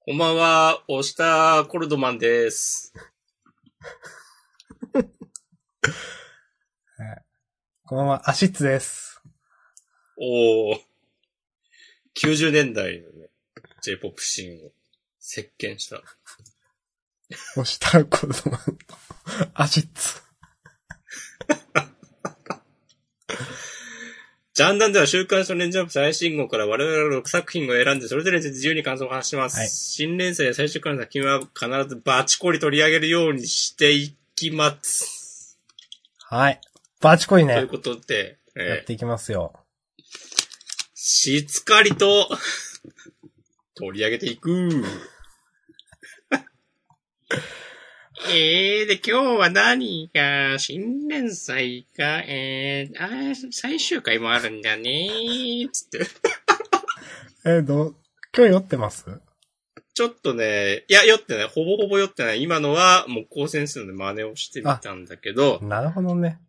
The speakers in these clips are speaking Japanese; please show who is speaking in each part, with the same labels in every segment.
Speaker 1: こんばんは、押したコルドマンです。
Speaker 2: こんばんは、アシッツです。
Speaker 1: おー。90年代のね、J-POP シーンを席巻した。
Speaker 2: 押した子供アシッツ。
Speaker 1: ジャンダンでは週刊少年ジャンプ最新号から我々の6作品を選んで、それぞれに自由に感想を話します。
Speaker 2: はい
Speaker 1: 新連載や最終回の作品は必ずバチコリ取り上げるようにしていきます。
Speaker 2: はい。バチコイ
Speaker 1: という
Speaker 2: ね、
Speaker 1: ことで、
Speaker 2: やっ
Speaker 1: えー
Speaker 2: ていきますよ。
Speaker 1: しつかりと取り上げていく。 えー、で、今日は何が、新連載か、えー、あー最終回もあるんだねー、つって。
Speaker 2: え、どう、今日酔ってます
Speaker 1: ちょっとね、いや、酔ってない。ほぼほぼ酔ってない。今のは、木工先生の真似をしてみたんだけど、
Speaker 2: なるほどね。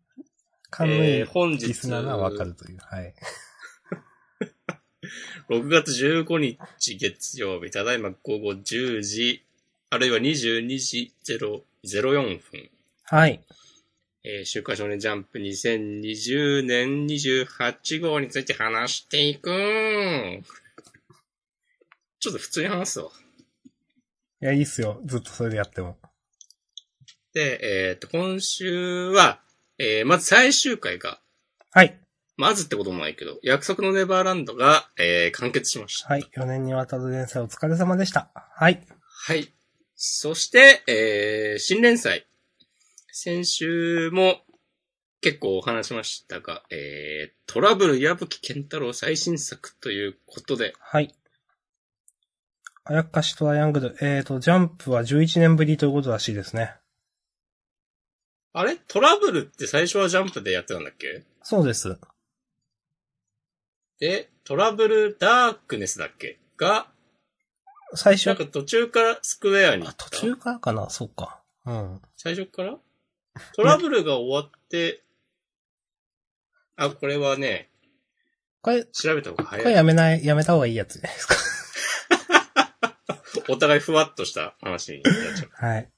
Speaker 2: 勘のい
Speaker 1: えー
Speaker 2: い
Speaker 1: 本日、
Speaker 2: リスナーがわか
Speaker 1: 6
Speaker 2: るという。はい。
Speaker 1: 月15日月曜日、ただいま午後10時、あるいは22時0 04分、
Speaker 2: はい。
Speaker 1: えー週刊少年ジャンプ2020年28号について話していくちょっと普通に話すわ。
Speaker 2: いや、いいっすよ。ずっとそれでやっても。
Speaker 1: で、えっと、今週は、えーまず最終回が、
Speaker 2: はい。
Speaker 1: まずってこともないけど、約束のネバーランドが、えー完結しました。
Speaker 2: はい。4年にわたる連載お疲れ様でした。はい。
Speaker 1: はい。そして、えー新連載。先週も結構お話しましたが、えートラブル矢吹健太郎最新作ということで、
Speaker 2: はい。あやかしトライアングル。えーと、ジャンプは11年ぶりということらしいですね。
Speaker 1: あれトラブルって最初はジャンプでやってたんだっけ
Speaker 2: そうです。
Speaker 1: で、トラブルダークネスだっけが、
Speaker 2: 最
Speaker 1: な
Speaker 2: 初
Speaker 1: ん、か途中からスクエアに行
Speaker 2: あ
Speaker 1: っ、た。
Speaker 2: 途中からかなそうか。うん。
Speaker 1: 最初からトラブルが終わって、あ、これはね、
Speaker 2: これ、
Speaker 1: 調べた方が早い
Speaker 2: これ。やめない、やめた方がいいやつじゃないですか。
Speaker 1: お互いふわっとした話になっちゃう。
Speaker 2: はい。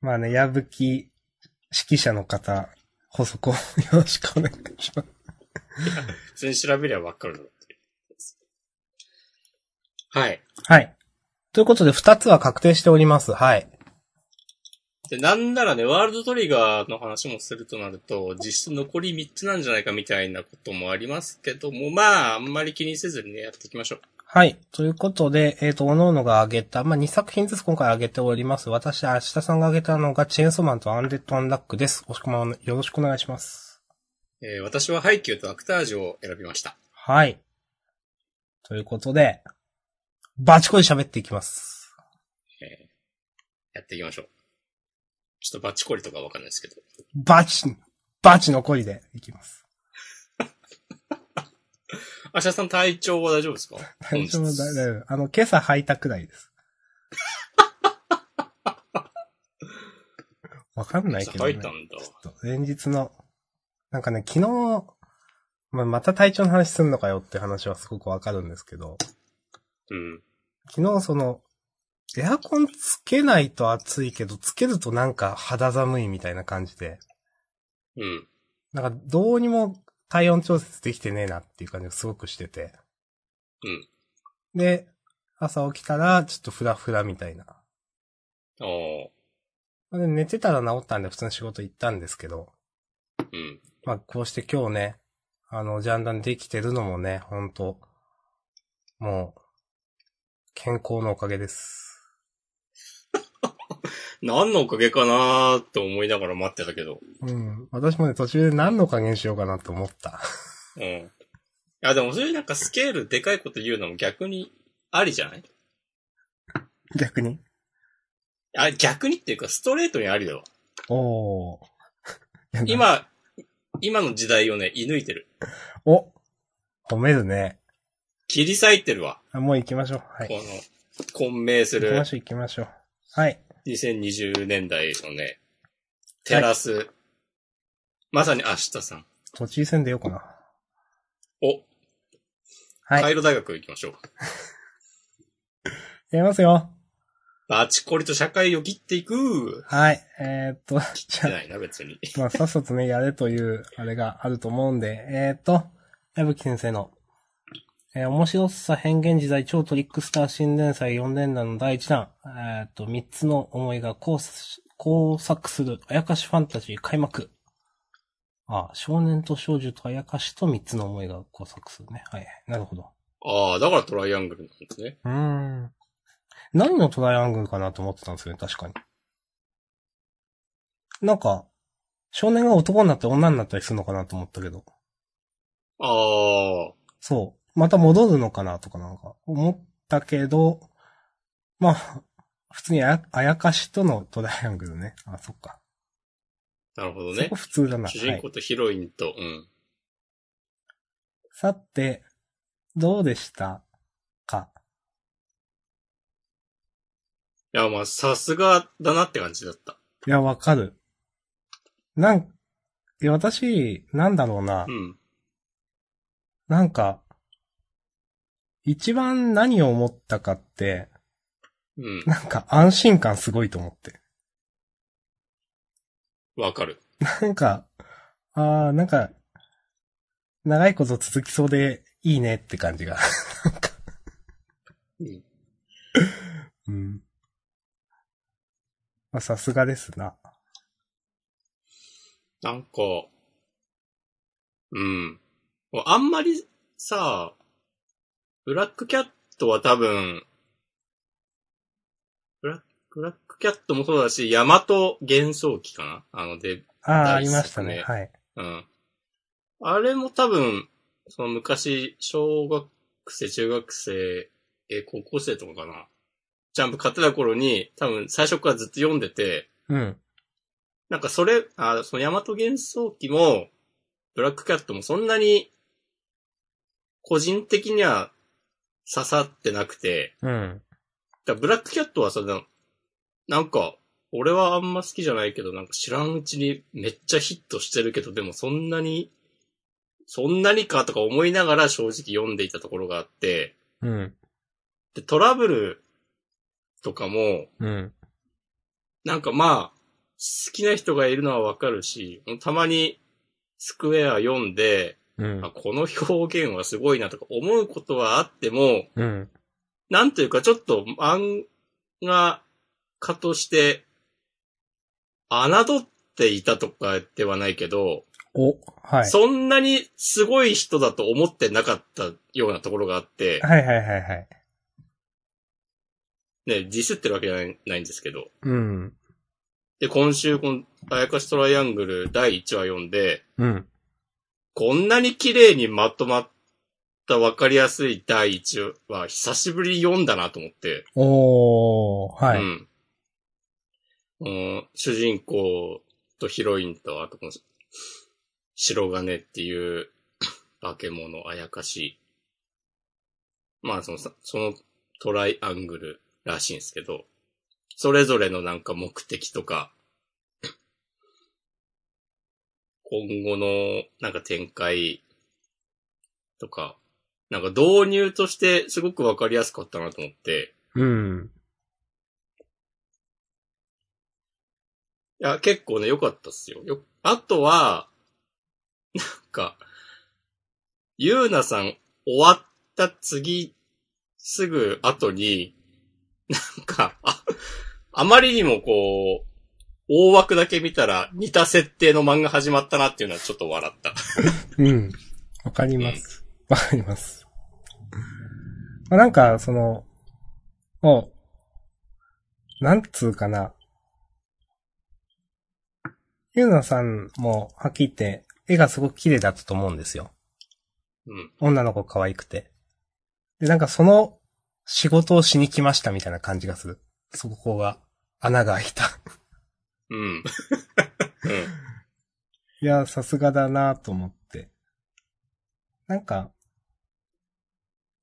Speaker 2: まあね、矢吹指揮者の方、補足を よろしくお願いします。
Speaker 1: 普通に調べりゃわかるだろうっていうやつはい。
Speaker 2: はい。ということで、二つは確定しております。はい。
Speaker 1: で、なんならね、ワールドトリガーの話もするとなると、実質残り3つなんじゃないかみたいなこともありますけども、まあ、あんまり気にせずにね、やっていきましょう。
Speaker 2: はい。ということで、えっ、と、各々が挙げた、まあ、2作品ずつ今回挙げております。私、明日さんが挙げたのが、チェーンソーマンとアンデッド・アンラックです。おしくまん、よろしくお願いします。
Speaker 1: えー私はハイキューとアクタージュを選びました。
Speaker 2: はい。ということで、バチコイ喋っていきます。
Speaker 1: やっていきましょう。ちょっとバッチコリとかわかんないですけど。
Speaker 2: バチ、バチの恋でいきます。
Speaker 1: アシャさん体調は大丈夫ですか
Speaker 2: 大丈夫、
Speaker 1: 本
Speaker 2: 大
Speaker 1: 日
Speaker 2: 丈夫。あの、今朝履いたくらいです。 わかんないけど、ね。
Speaker 1: 今朝履いたんだ
Speaker 2: ちょっと連日の、なんかね、昨日、まあ、また体調の話すんのかよって話はすごくわかるんですけど、
Speaker 1: うん。
Speaker 2: 昨日その、エアコンつけないと暑いけど、つけるとなんか肌寒いみたいな感じで、
Speaker 1: うん。
Speaker 2: なんかどうにも体温調節できてねえなっていう感じがすごくしてて。
Speaker 1: うん。
Speaker 2: で、朝起きたら、ちょっとフラフラみたいな。
Speaker 1: ああ。
Speaker 2: で寝てたら治ったんで普通の仕事行ったんですけど、
Speaker 1: うん。
Speaker 2: まあこうして今日ね、あの、ジャンダンできてるのもね、ほんと、もう、健康のおかげです。
Speaker 1: 何のおかげかなーって思いながら待ってたけど。
Speaker 2: うん。私もね、途中で何の加減しようかなと思った。
Speaker 1: うん。いや、でもそういうなんかスケールでかいこと言うのも逆にありじゃない
Speaker 2: 逆に。
Speaker 1: あ、逆にっていうかストレートにありだわ。
Speaker 2: おー。今、
Speaker 1: 今、今の時代をね、射抜いてる。
Speaker 2: お褒めるね。
Speaker 1: 切り裂いてるわ。
Speaker 2: あ、もう行きましょう。はい。
Speaker 1: この、混迷す
Speaker 2: 行き
Speaker 1: る
Speaker 2: ましょう、行きましょう。はい。
Speaker 1: 2020年代のね、テラス。まさに明日さん。
Speaker 2: 都知事選でようかな。
Speaker 1: お、
Speaker 2: は
Speaker 1: カ
Speaker 2: い。
Speaker 1: イロ大学行きましょう。
Speaker 2: やりますよ。
Speaker 1: バチコリと社会を切っていく。
Speaker 2: はい。えーっと、
Speaker 1: 切
Speaker 2: じ
Speaker 1: っ
Speaker 2: ゃあ
Speaker 1: てないな、別に。
Speaker 2: まあ、さっさとね、やれという、あれがあると思うんで、えっ、と、矢吹先生の、えー面白さ変幻自在超トリックスター新連載4連弾の第1弾、えっ、と、3つの思いが交錯交錯する、あやかしファンタジー開幕。あ少年と少女とあやかしと3つの思いが交錯するね。はい、なるほど。
Speaker 1: ああ、だからトライアングルなんですね。
Speaker 2: うーん。何のトライアングルかなと思ってたんですよね、確かに。なんか、少年が男になって女になったりするのかなと思ったけど。
Speaker 1: ああ、
Speaker 2: そう。また戻るのかなとかなんか思ったけど、まあ、普通にあやあやかしとのトライアングルね。あ、そっか。
Speaker 1: なるほど
Speaker 2: そ
Speaker 1: ね
Speaker 2: こ。普通だな。
Speaker 1: 主人
Speaker 2: はい
Speaker 1: 公とヒロインと、うん。
Speaker 2: さて、どうでしたか
Speaker 1: いや、まあ、さすがだなって感じだった。
Speaker 2: いや、わかる。なん、いや、私、なんだろうな。
Speaker 1: うん。
Speaker 2: なんか、一番何を思ったかって、
Speaker 1: うん。
Speaker 2: なんか安心感すごいと思って。
Speaker 1: わかる。
Speaker 2: なんか、あー、なんか、長いこと続きそうでいいねって感じが。
Speaker 1: うん。
Speaker 2: うん。まあ、さすがですな。
Speaker 1: なんか、うん。あんまりさ、ブラックキャットは多分、ブラック、ブラックキャットもそうだし、ヤマト幻想機かなあの、で、
Speaker 2: あー、あ
Speaker 1: 大
Speaker 2: り
Speaker 1: 好きね
Speaker 2: ましたね。はい。
Speaker 1: うん。あれも多分、その昔、小学生、中学生、え、高校生とかかな。ジャンプ買ってた頃に、多分最初からずっと読んでて、
Speaker 2: うん。
Speaker 1: なんかそれ、あそのヤマト幻想記も、ブラックキャットもそんなに、個人的には刺さってなくて、
Speaker 2: うん。
Speaker 1: だからブラックキャットはその、なんか、俺はあんま好きじゃないけど、なんか知らんうちにめっちゃヒットしてるけど、でもそんなに、そんなにかとか思いながら正直読んでいたところがあって、
Speaker 2: うん。
Speaker 1: で、トラブルとかも、
Speaker 2: うん。
Speaker 1: なんかまあ、好きな人がいるのはわかるし、たまにスクエア読んで、
Speaker 2: うん
Speaker 1: あ。この表現はすごいなとか思うことはあっても、
Speaker 2: うん。
Speaker 1: なんというかちょっと漫画家として、侮っていたとかではないけど、
Speaker 2: お、はい。
Speaker 1: そんなにすごい人だと思ってなかったようなところがあって、
Speaker 2: はいはいはいはい。
Speaker 1: ね、ディスってるわけじゃないないんですけど。
Speaker 2: うん。
Speaker 1: で、今週、この、あやかしトライアングル第1話読んで、
Speaker 2: うん。
Speaker 1: こんなに綺麗にまとまったわかりやすい第1話、久しぶりに読んだなと思って、
Speaker 2: おー、はい。
Speaker 1: うん。うん主人公とヒロインと、あとこの、白金っていう 化け物、あやかし。まあ、そのさ、そのトライアングルらしいんですけど、それぞれのなんか目的とか、 今後のなんか展開とか、なんか導入としてすごくわかりやすかったなと思って、
Speaker 2: うん。
Speaker 1: いや、結構ね、良かったっすよ。よ、あとは、なんか、ゆうなさん終わった次、すぐ後に、なんか、あ、あまりにもこう、大枠だけ見たら似た設定の漫画始まったなっていうのはちょっと笑った。
Speaker 2: うん。わかります。 わかります。まあ、なんか、その、もう、なんつうかな。ゆうなさんも、はっきり言って、絵がすごく綺麗だったと思うんですよ。
Speaker 1: うん。
Speaker 2: 女の子可愛くて。で、なんかその、仕事をしに来ましたみたいな感じがする。そこが、穴が開いた。
Speaker 1: うん。うん。
Speaker 2: いや、さすがだなと思って。なんか、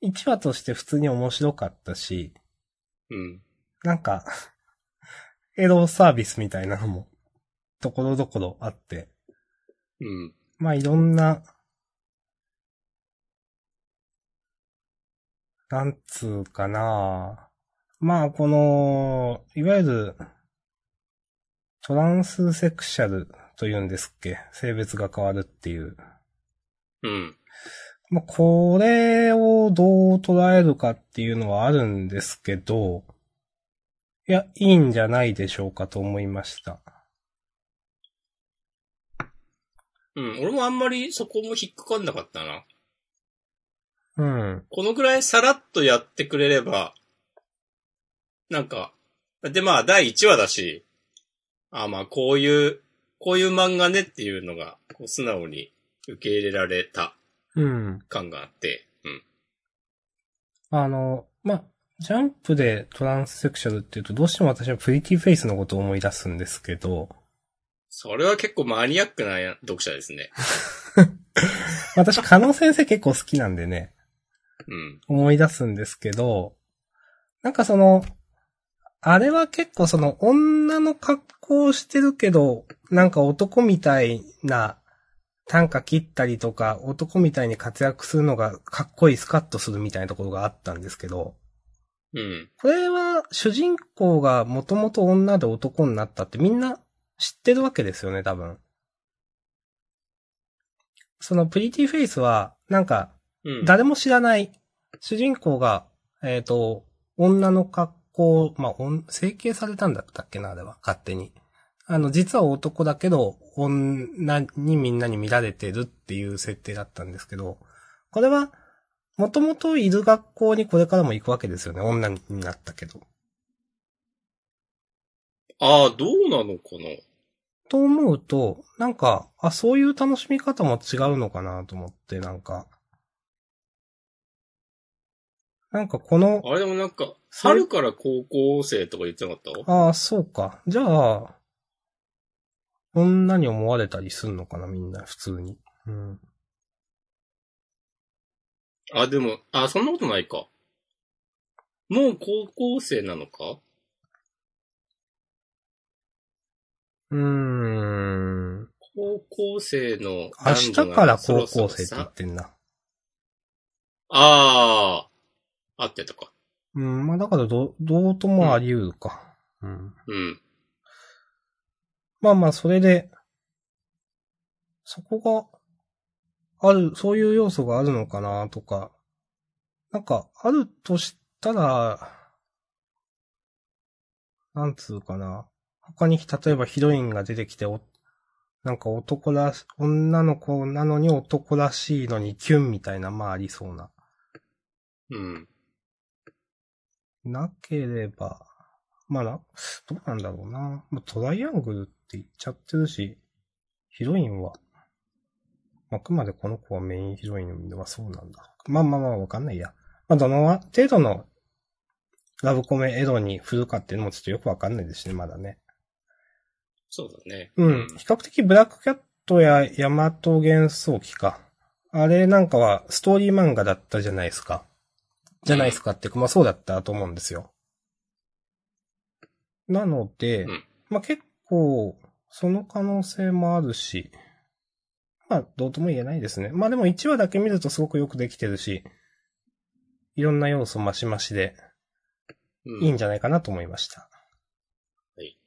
Speaker 2: 1話として普通に面白かったし、
Speaker 1: うん。
Speaker 2: なんか、エロサービスみたいなのも、ところどころあって、
Speaker 1: うん。
Speaker 2: まあいろんな、なんつうかなまあ、この、いわゆる、トランスセクシャルというんですっけ性別が変わるっていう。
Speaker 1: うん。
Speaker 2: まあ、これをどう捉えるかっていうのはあるんですけど、いや、いいんじゃないでしょうかと思いました。
Speaker 1: うん。俺もあんまりそこも引っかかんなかったな。
Speaker 2: うん。
Speaker 1: このぐらいさらっとやってくれれば、なんか、でまあ第1話だし、あまあこういう、こういう漫画ねっていうのが、こう素直に受け入れられた
Speaker 2: うん。
Speaker 1: 感があって、うん。
Speaker 2: あの、まあ、ジャンプでトランスセクシャルっていうと、どうしても私はプリティフェイスのことを思い出すんですけど、
Speaker 1: それは結構マニアックな読者です ね。
Speaker 2: 私、加納先生結構好きなんでね、
Speaker 1: うん。
Speaker 2: 思い出すんですけど、なんかその、あれは結構その女の格好をしてるけど、なんか男みたいな短歌切ったりとか、男みたいに活躍するのがかっこいいスカッとするみたいなところがあったんですけど、
Speaker 1: うん。
Speaker 2: これは主人公がもともと女で男になったってみんな知ってるわけですよね、多分。そのプリティフェイスは、なんか、
Speaker 1: うん。
Speaker 2: 誰も知らない、主人公が、えっ、と、女の格好、まあ、おん整形されたんだったっけな、あれは、勝手に。あの、実は男だけど、女にみんなに見られてるっていう設定だったんですけど、これは、もともといる学校にこれからも行くわけですよね、女になったけど。
Speaker 1: ああ、どうなのかな
Speaker 2: と思うと、なんか、あ、そういう楽しみ方も違うのかなと思って、なんか。なんかこの、
Speaker 1: あれでもなんか、
Speaker 2: それ
Speaker 1: 春から高校生とか言ってなかった
Speaker 2: ああ、そうか。じゃあ、女に思われたりすんのかな、みんな、普通に。うん。
Speaker 1: あ、でも、あ、そんなことないか。もう高校生なのか
Speaker 2: うーん。
Speaker 1: 高校生の
Speaker 2: 明
Speaker 1: 男
Speaker 2: 日
Speaker 1: 女が
Speaker 2: から
Speaker 1: そ
Speaker 2: 高
Speaker 1: ろそ
Speaker 2: 校
Speaker 1: ろ
Speaker 2: 生って言
Speaker 1: さ
Speaker 2: ってんな。
Speaker 1: ああ、合ってたか。
Speaker 2: うん、まあだからど、どうともあり得るか。うん。
Speaker 1: うん。
Speaker 2: まあまあ、それで、そこがある、そういう要素があるのかなとか、なんか、あるとしたら、なんつうかな。他に、例えばヒロインが出てきて、おなんか男らし、女の子なのに男らしいのにキュンみたいな、まあありそうな。
Speaker 1: うん。
Speaker 2: なければ、まあな、どうなんだろうな。まあ、トライアングルって言っちゃってるし、ヒロインは、まああくまでこの子はメインヒロインはそうなんだ。まあまあまあわかんないや。まあどの程度のラブコメエロに振るかっていうのもちょっとよくわかんないですね、まだね。
Speaker 1: そうだね。
Speaker 2: うん。比較的ブラックキャットやヤマト幻想機か。あれなんかはストーリー漫画だったじゃないですか。じゃないですかっていうか、まあそうだったと思うんですよ。なので、
Speaker 1: うん
Speaker 2: まあ結構、その可能性もあるし、まあどうとも言えないですね。まあでも1話だけ見るとすごくよくできてるし、いろんな要素マシマシで、
Speaker 1: うん。
Speaker 2: いいんじゃないかなと思いました。
Speaker 1: はい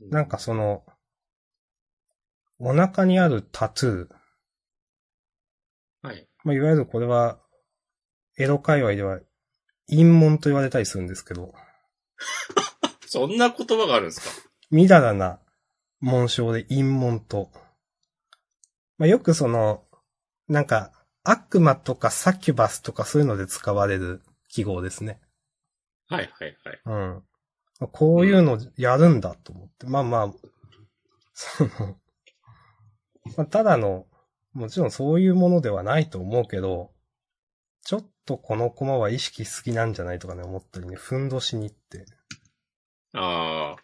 Speaker 2: なんかその、お腹にあるタトゥー。
Speaker 1: はい。
Speaker 2: まあ、いわゆるこれは、エロ界隈では、陰門と言われたりするんですけど、
Speaker 1: そんな言葉があるんですか
Speaker 2: みだらな紋章で陰門と。まあ、よくその、なんか、悪魔とかサキュバスとかそういうので使われる記号ですね。
Speaker 1: はいはいはい。
Speaker 2: うん。まあこういうのやるんだと思って。まあまあ、その、まあ、ただの、もちろんそういうものではないと思うけど、ちょっとこのコマは意識しすぎなんじゃないとかね、思ったりね、ふんどしにって。
Speaker 1: ああ。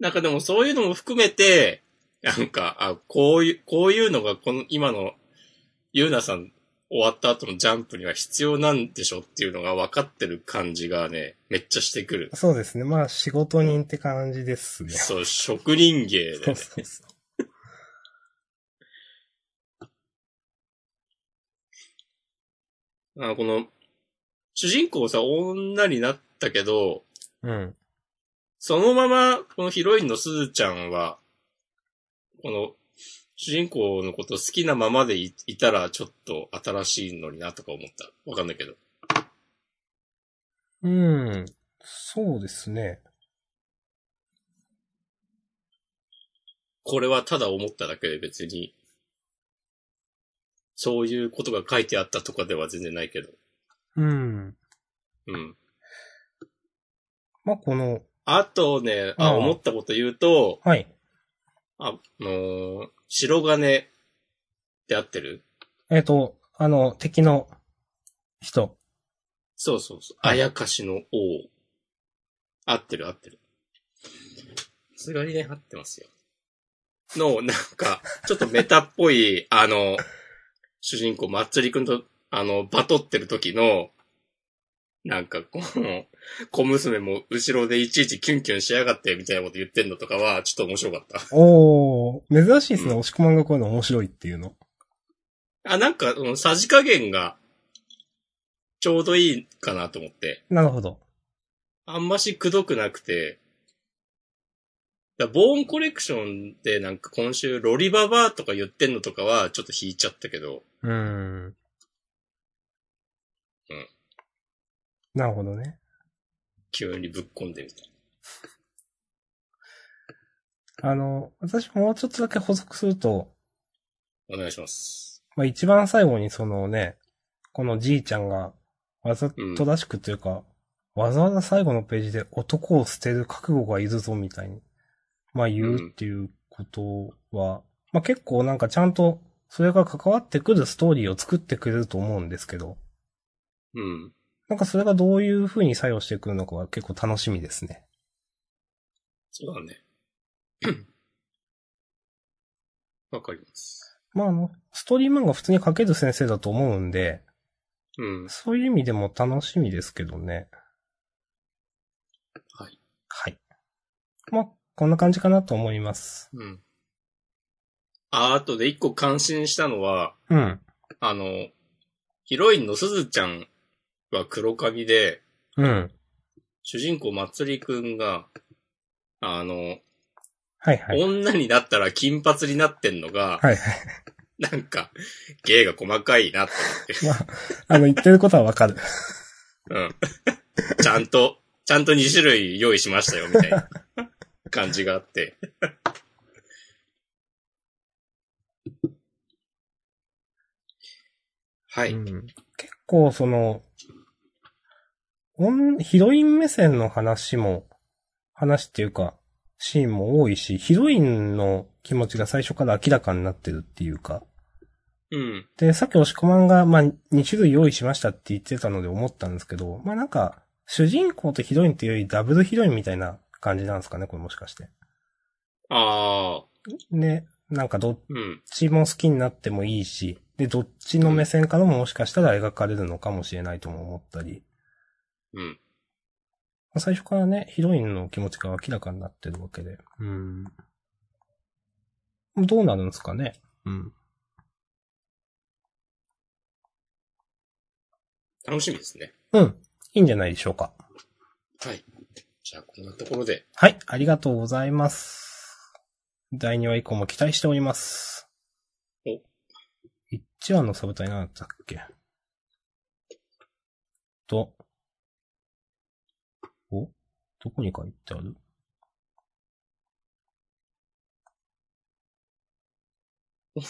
Speaker 1: なんかでもそういうのも含めて、なんか、あ、こういう、こういうのがこの今の、ゆうなさん終わった後のジャンプには必要なんでしょっていうのが分かってる感じがね、めっちゃしてくる。
Speaker 2: そうですね。まあ仕事人って感じですね。
Speaker 1: そう、職人芸
Speaker 2: そ
Speaker 1: で
Speaker 2: う。そうそう。
Speaker 1: あこの、主人公さ、女になったけど、
Speaker 2: うん。
Speaker 1: そのまま、このヒロインのすずちゃんは、この、主人公のこと好きなままでいいたら、ちょっと新しいのになとか思った。わかんないけど。
Speaker 2: うん。そうですね。
Speaker 1: これはただ思っただけで別に、そういうことが書いてあったとかでは全然ないけど。
Speaker 2: うん。
Speaker 1: うん。
Speaker 2: まあ、この、
Speaker 1: あとね、あ、
Speaker 2: うん
Speaker 1: 思ったこと言うと、
Speaker 2: はい。
Speaker 1: あのー白金って合ってる
Speaker 2: えっ、と、あの、敵の人。
Speaker 1: そうそうそう。あやかしの王。合ってる合ってる。さすがにね、合ってますよ。の、なんか、ちょっとメタっぽい、 あの、主人公、まっつりくんと、あの、バトってる時の、なんか、この、小娘も後ろでいちいちキュンキュンしやがって、みたいなこと言ってんのとかは、ちょっと面白かった。
Speaker 2: おー、珍しいですね。
Speaker 1: う
Speaker 2: 押し込まんがこういうの面白いっていうの。
Speaker 1: あ、なんか、そのさじ加減が、ちょうどいいかなと思って。
Speaker 2: なるほど。
Speaker 1: あんましくどくなくて。だボーンコレクションでなんか今週ロリババーとか言ってんのとかはちょっと引いちゃったけど。
Speaker 2: うーん。なるほどね。
Speaker 1: 急にぶっ込んでみたい。
Speaker 2: あの、私もうちょっとだけ補足すると、
Speaker 1: お願いします。
Speaker 2: まあ、一番最後にそのね、このじいちゃんが、わざとらしくというか、わざわざ最後のページで男を捨てる覚悟がいるぞみたいに、まあ言うっていうことは、まあ結構なんかちゃんと、それが関わってくるストーリーを作ってくれると思うんですけど、
Speaker 1: うん。
Speaker 2: なんかそれがどういう風に作用してくるのかは結構楽しみですね。
Speaker 1: そうだね。 わかります。
Speaker 2: まああの、ストーリー漫画普通に書ける先生だと思うんで、
Speaker 1: うん。
Speaker 2: そういう意味でも楽しみですけどね。
Speaker 1: はい。
Speaker 2: はい。まあ、こんな感じかなと思います。
Speaker 1: うん。あ、あとで一個感心したのは、
Speaker 2: うん。
Speaker 1: あの、ヒロインのすずちゃんは黒髪で、
Speaker 2: うん。
Speaker 1: 主人公まつりくんが、あの、
Speaker 2: はいはい。
Speaker 1: 女になったら金髪になってんのが、
Speaker 2: はいはい。
Speaker 1: なんか、芸が細かいなって
Speaker 2: まあ、あの、言ってることはわかる。
Speaker 1: 思って。うん。ちゃんと、ちゃんと2種類用意しましたよ、みたいな感じがあって。はい。
Speaker 2: う
Speaker 1: うん。
Speaker 2: ん、結構、その、おんヒロイン目線の話も、話っていうか、シーンも多いし、ヒロインの気持ちが最初から明らかになってるっていうか。で、さっき押し込まんが、まあ、2種類用意しましたって言ってたので思ったんですけど、まあなんか、主人公とヒロインっていうよりダブルヒロインみたいな感じなんですかね、これもしかして。
Speaker 1: ああ、
Speaker 2: ね、なんかどっ
Speaker 1: うん。
Speaker 2: ちも好きになってもいいし、で、どっちの目線からももしかしたら描かれるのかもしれないとも思ったり、
Speaker 1: うん。
Speaker 2: まあ最初からね、ヒロインの気持ちが明らかになってるわけで。うん。どうなるんですかね。うん。
Speaker 1: 楽しみですね。
Speaker 2: うん。いいんじゃないでしょうか。
Speaker 1: はい。じゃあ、こんなところで。
Speaker 2: はい、ありがとうございます。第2話以降も期待しております。
Speaker 1: お。
Speaker 2: 1話のサブタイ何だったっけと。おどこに書いてある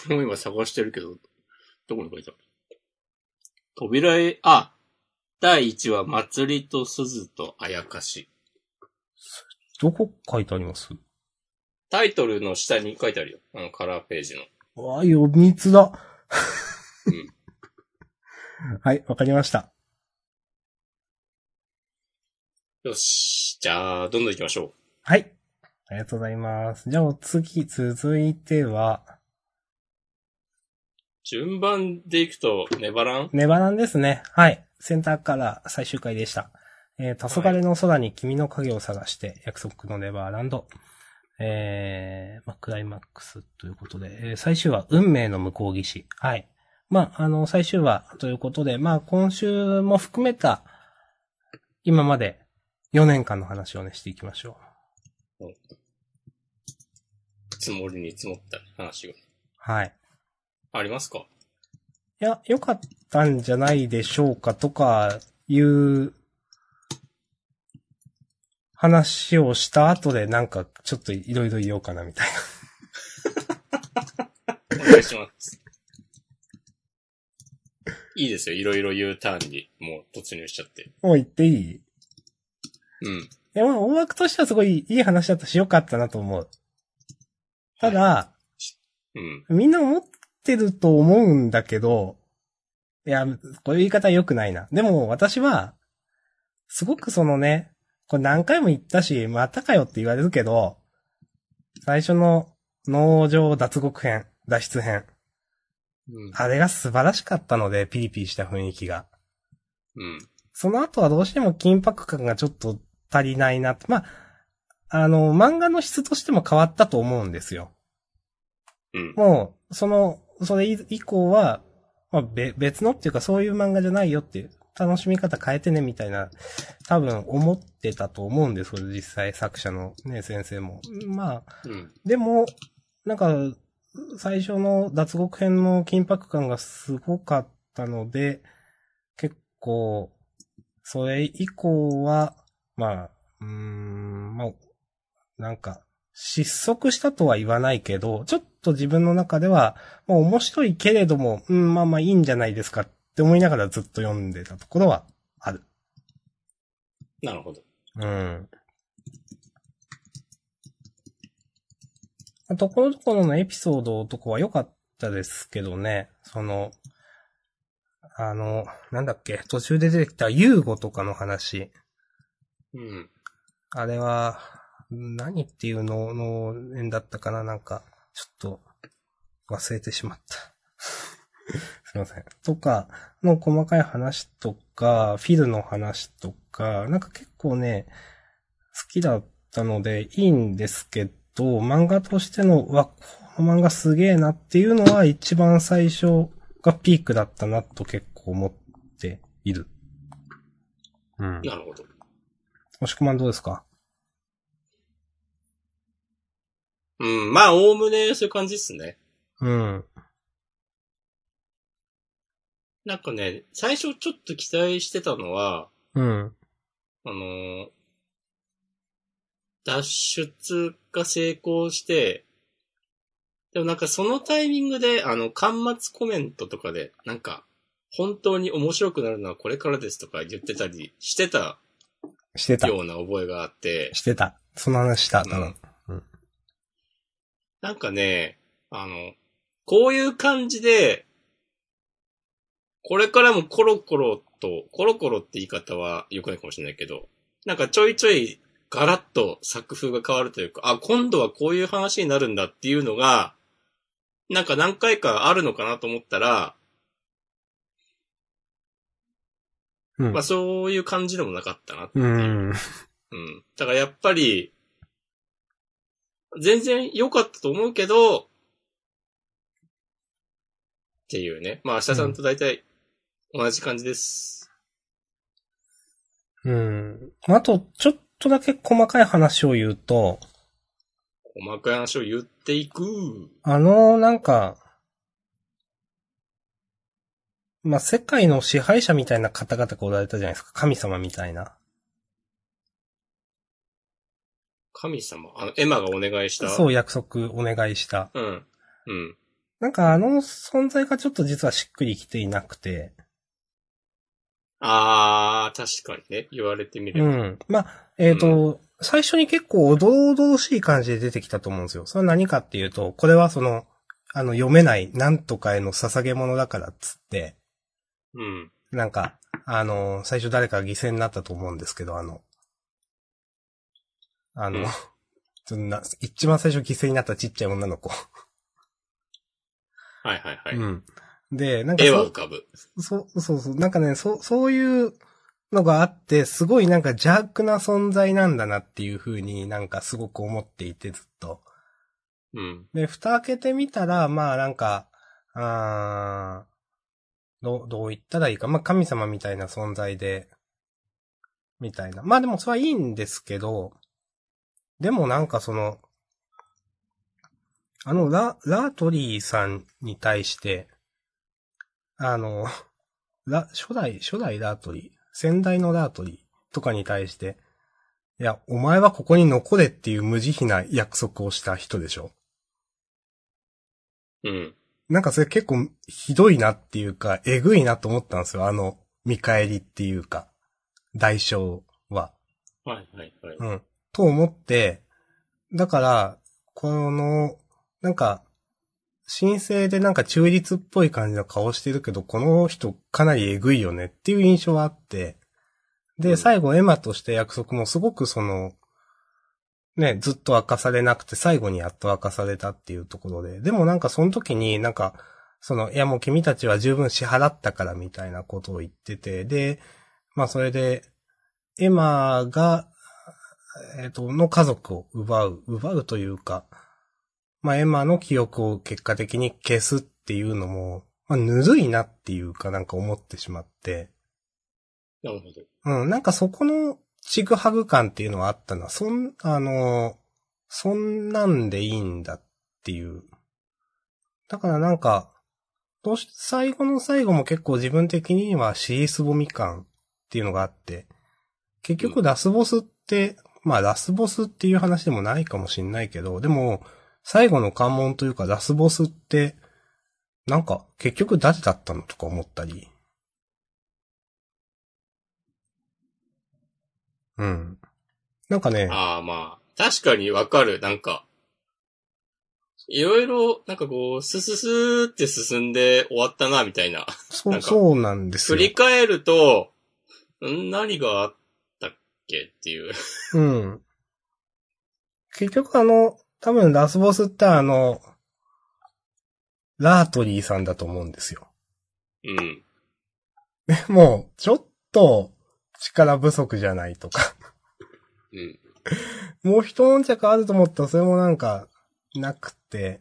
Speaker 1: 俺も今探してるけど、どこに書いてある扉へ、あ、第1話、祭りと鈴とあやかし。
Speaker 2: どこ書いてあります
Speaker 1: タイトルの下に書いてあるよ。あの、カラーページの。
Speaker 2: わあ、読みつだ
Speaker 1: うん。
Speaker 2: はい、わかりました。
Speaker 1: よし。じゃあ、どんどん行きましょ
Speaker 2: はい。ありがとうございます。じゃあお次、続いては、
Speaker 1: う。順番で行くと、ネバラン
Speaker 2: ネバランですね。はい。センターから最終回でした。えー、黄昏の空に君の影を探して、約束のネバーランド。えー、まあ、クライマックスということで、えー最終話、運命の向こう岸。はい。まあ、あの、最終話ということで、まあ、今週も含めた、今まで4年間の話をね、していきましょ
Speaker 1: 積もりに積もった話が。
Speaker 2: う。はい。
Speaker 1: ありますか
Speaker 2: いや、良かったんじゃないでしょうかとか、いう、話をした後でなんかちょっといろいろ言おうかなみたいな。
Speaker 1: お願いします。いいですよ。いろいろ U ターンにもう突入しちゃって。
Speaker 2: もう言っていいい
Speaker 1: うん。
Speaker 2: や、まあ大枠としてはすごいいい話だったし良かったなと思う。ただ、
Speaker 1: うん。
Speaker 2: みんな思ってると思うんだけど、いや、こういう言い方は良くないな。でも私は、すごくそのね、これ何回も言ったし、またかよって言われるけど、最初の農場脱獄編、脱出編。
Speaker 1: うん。
Speaker 2: あれが素晴らしかったので、ピリピリした雰囲気が。
Speaker 1: うん。
Speaker 2: その後はどうしても緊迫感がちょっと足りないな。まあ、あの、漫画の質としても変わったと思うんですよ。
Speaker 1: うん。
Speaker 2: もう、その、それ以降は、まあ、べ別のっていうかそういう漫画じゃないよっていう、楽しみ方変えてねみたいな、多分思ってたと思うんですよ、実際作者のね、先生も。まあ、
Speaker 1: うん。
Speaker 2: でも、なんか、最初の脱獄編の緊迫感がすごかったので、結構、それ以降は、まあ、うーん、まあ、なんか、失速したとは言わないけど、ちょっと自分の中では、まあ面白いけれども、うん、まあまあいいんじゃないですかって思いながらずっと読んでたところはある。
Speaker 1: なるほど。
Speaker 2: うん。ところどころのエピソードとかは良かったですけどね、その、あの、なんだっけ、途中で出てきたユーゴとかの話。
Speaker 1: うん。
Speaker 2: あれは、何っていうの、の、縁だったかななんか、ちょっと、忘れてしまった。 すいません。とか、の細かい話とか、フィルの話とか、なんか結構ね、好きだったのでいいんですけど、漫画としての、うわ、この漫画すげえなっていうのは一番最初がピークだったなと結構思っている。うん。
Speaker 1: なるほど。
Speaker 2: 押し込まんどうですか
Speaker 1: うん。まあ、おおむねそういう感じですね。
Speaker 2: うん。
Speaker 1: なんかね、最初ちょっと期待してたのは、
Speaker 2: うん。
Speaker 1: あのー脱出が成功して、でもなんかそのタイミングで、あの、端末コメントとかで、なんか、本当に面白くなるのはこれからですとか言ってたりしてた
Speaker 2: してた。
Speaker 1: ような覚えがあって、
Speaker 2: してた。その話した。多分
Speaker 1: なんかね、あの、こういう感じで、これからもコロコロと、コロコロって言い方は良くないかもしれないけど、なんかちょいちょいガラッと作風が変わるというか、あ、今度はこういう話になるんだっていうのが、なんか何回かあるのかなと思ったら、
Speaker 2: うん
Speaker 1: まあそういう感じでもなかったなっていうう。
Speaker 2: ん。
Speaker 1: うん。だからやっぱり、全然良かったと思うけど、っていうね。まあ、明日さんと大体同じ感じです。
Speaker 2: うん。あと、ちょっとだけ細かい話を言うと、
Speaker 1: 細かい話を言っていく。
Speaker 2: あの、なんか、まあ、世界の支配者みたいな方々がおられたじゃないですか。神様みたいな。
Speaker 1: 神様。あの、エマがお願いした。
Speaker 2: そう約束お願いした。
Speaker 1: うん。うん。
Speaker 2: なんかあの存在がちょっと実はしっくりきていなくて。
Speaker 1: あー、確かにね。言われてみれ
Speaker 2: う
Speaker 1: ば。
Speaker 2: ん。まあ、えっ、と、最初に結構おどろおどろしい感じで出てきたと思うんですよ。それは何かっていうと、これはその、あの、読めない、なんとかへの捧げ物だからっつって、
Speaker 1: うん。
Speaker 2: なんか、あの、最初誰かが犠牲になったと思うんですけど、あの、あの、
Speaker 1: うん
Speaker 2: そんな一番最初犠牲になったちっちゃい女の子。
Speaker 1: はいはいはい。
Speaker 2: うん。で、なんか
Speaker 1: 絵は
Speaker 2: そ
Speaker 1: 浮、かぶ。
Speaker 2: そう、そうそう、なんかね、そう、そういうのがあって、すごいなんか邪悪な存在なんだなっていう風になんかすごく思っていて、ずっと。
Speaker 1: うん。
Speaker 2: で、蓋開けてみたら、まあなんか、あどう、どう言ったらいいか。まあ、神様みたいな存在で、みたいな。まあでもそれはいいんですけど、でもなんかその、あの、ラ、ラトリーさんに対して、あの、 ラ、初代、初代ラトリー、先代のラトリーとかに対して、いや、お前はここに残れっていう無慈悲な約束をした人でしょ。
Speaker 1: うん。
Speaker 2: なんかそれ結構ひどいなっていうか、えぐいなと思ったんですよ。あの、見返りっていうか、代償は。
Speaker 1: はいはいはい。
Speaker 2: うん。と思って、だから、この、なんか、申請でなんか中立っぽい感じの顔してるけど、この人かなりえぐいよねっていう印象はあって、
Speaker 1: う
Speaker 2: で、
Speaker 1: ん
Speaker 2: 最後エマとして約束もすごくその、ね、ずっと明かされなくて最後にやっと明かされたっていうところで、でもなんかその時になんか、その、いやもう君たちは十分支払ったからみたいなことを言ってて、で、まあそれで、エマが、えっ、と、の家族を奪う、奪うというか、まあ、エマの記憶を結果的に消すっていうのも、まあ、ぬるいなっていうかなんか思ってしまって、
Speaker 1: なるほど。
Speaker 2: うん、なんかそこのちぐはぐ感っていうのはあったな。そん、あの、そんなんでいいんだっていう。だからなんか、どうし、最後の最後も結構自分的には尻すぼみ感っていうのがあって、結局ラスボスって、まあラスボスっていう話でもないかもしんないけど、でも、最後の関門というかラスボスって、なんか結局誰だったのとか思ったり。うん。なんかね、
Speaker 1: ああ、まあ、確かにわかる。なんか、いろいろ、なんかこう、スススーって進んで終わったな、みたいな。
Speaker 2: そ
Speaker 1: なん
Speaker 2: う、
Speaker 1: か
Speaker 2: そうなんです
Speaker 1: 振
Speaker 2: よ。
Speaker 1: り返ると、ん何があったっけっていう。
Speaker 2: うん。結局あの、多分ラスボスってあの、ラートリーさんだと思うんですよ。
Speaker 1: うん。
Speaker 2: もう、ちょっと、力不足じゃないとか。
Speaker 1: うん。
Speaker 2: もう一悶着あると思ったら、それもなんか、なくて。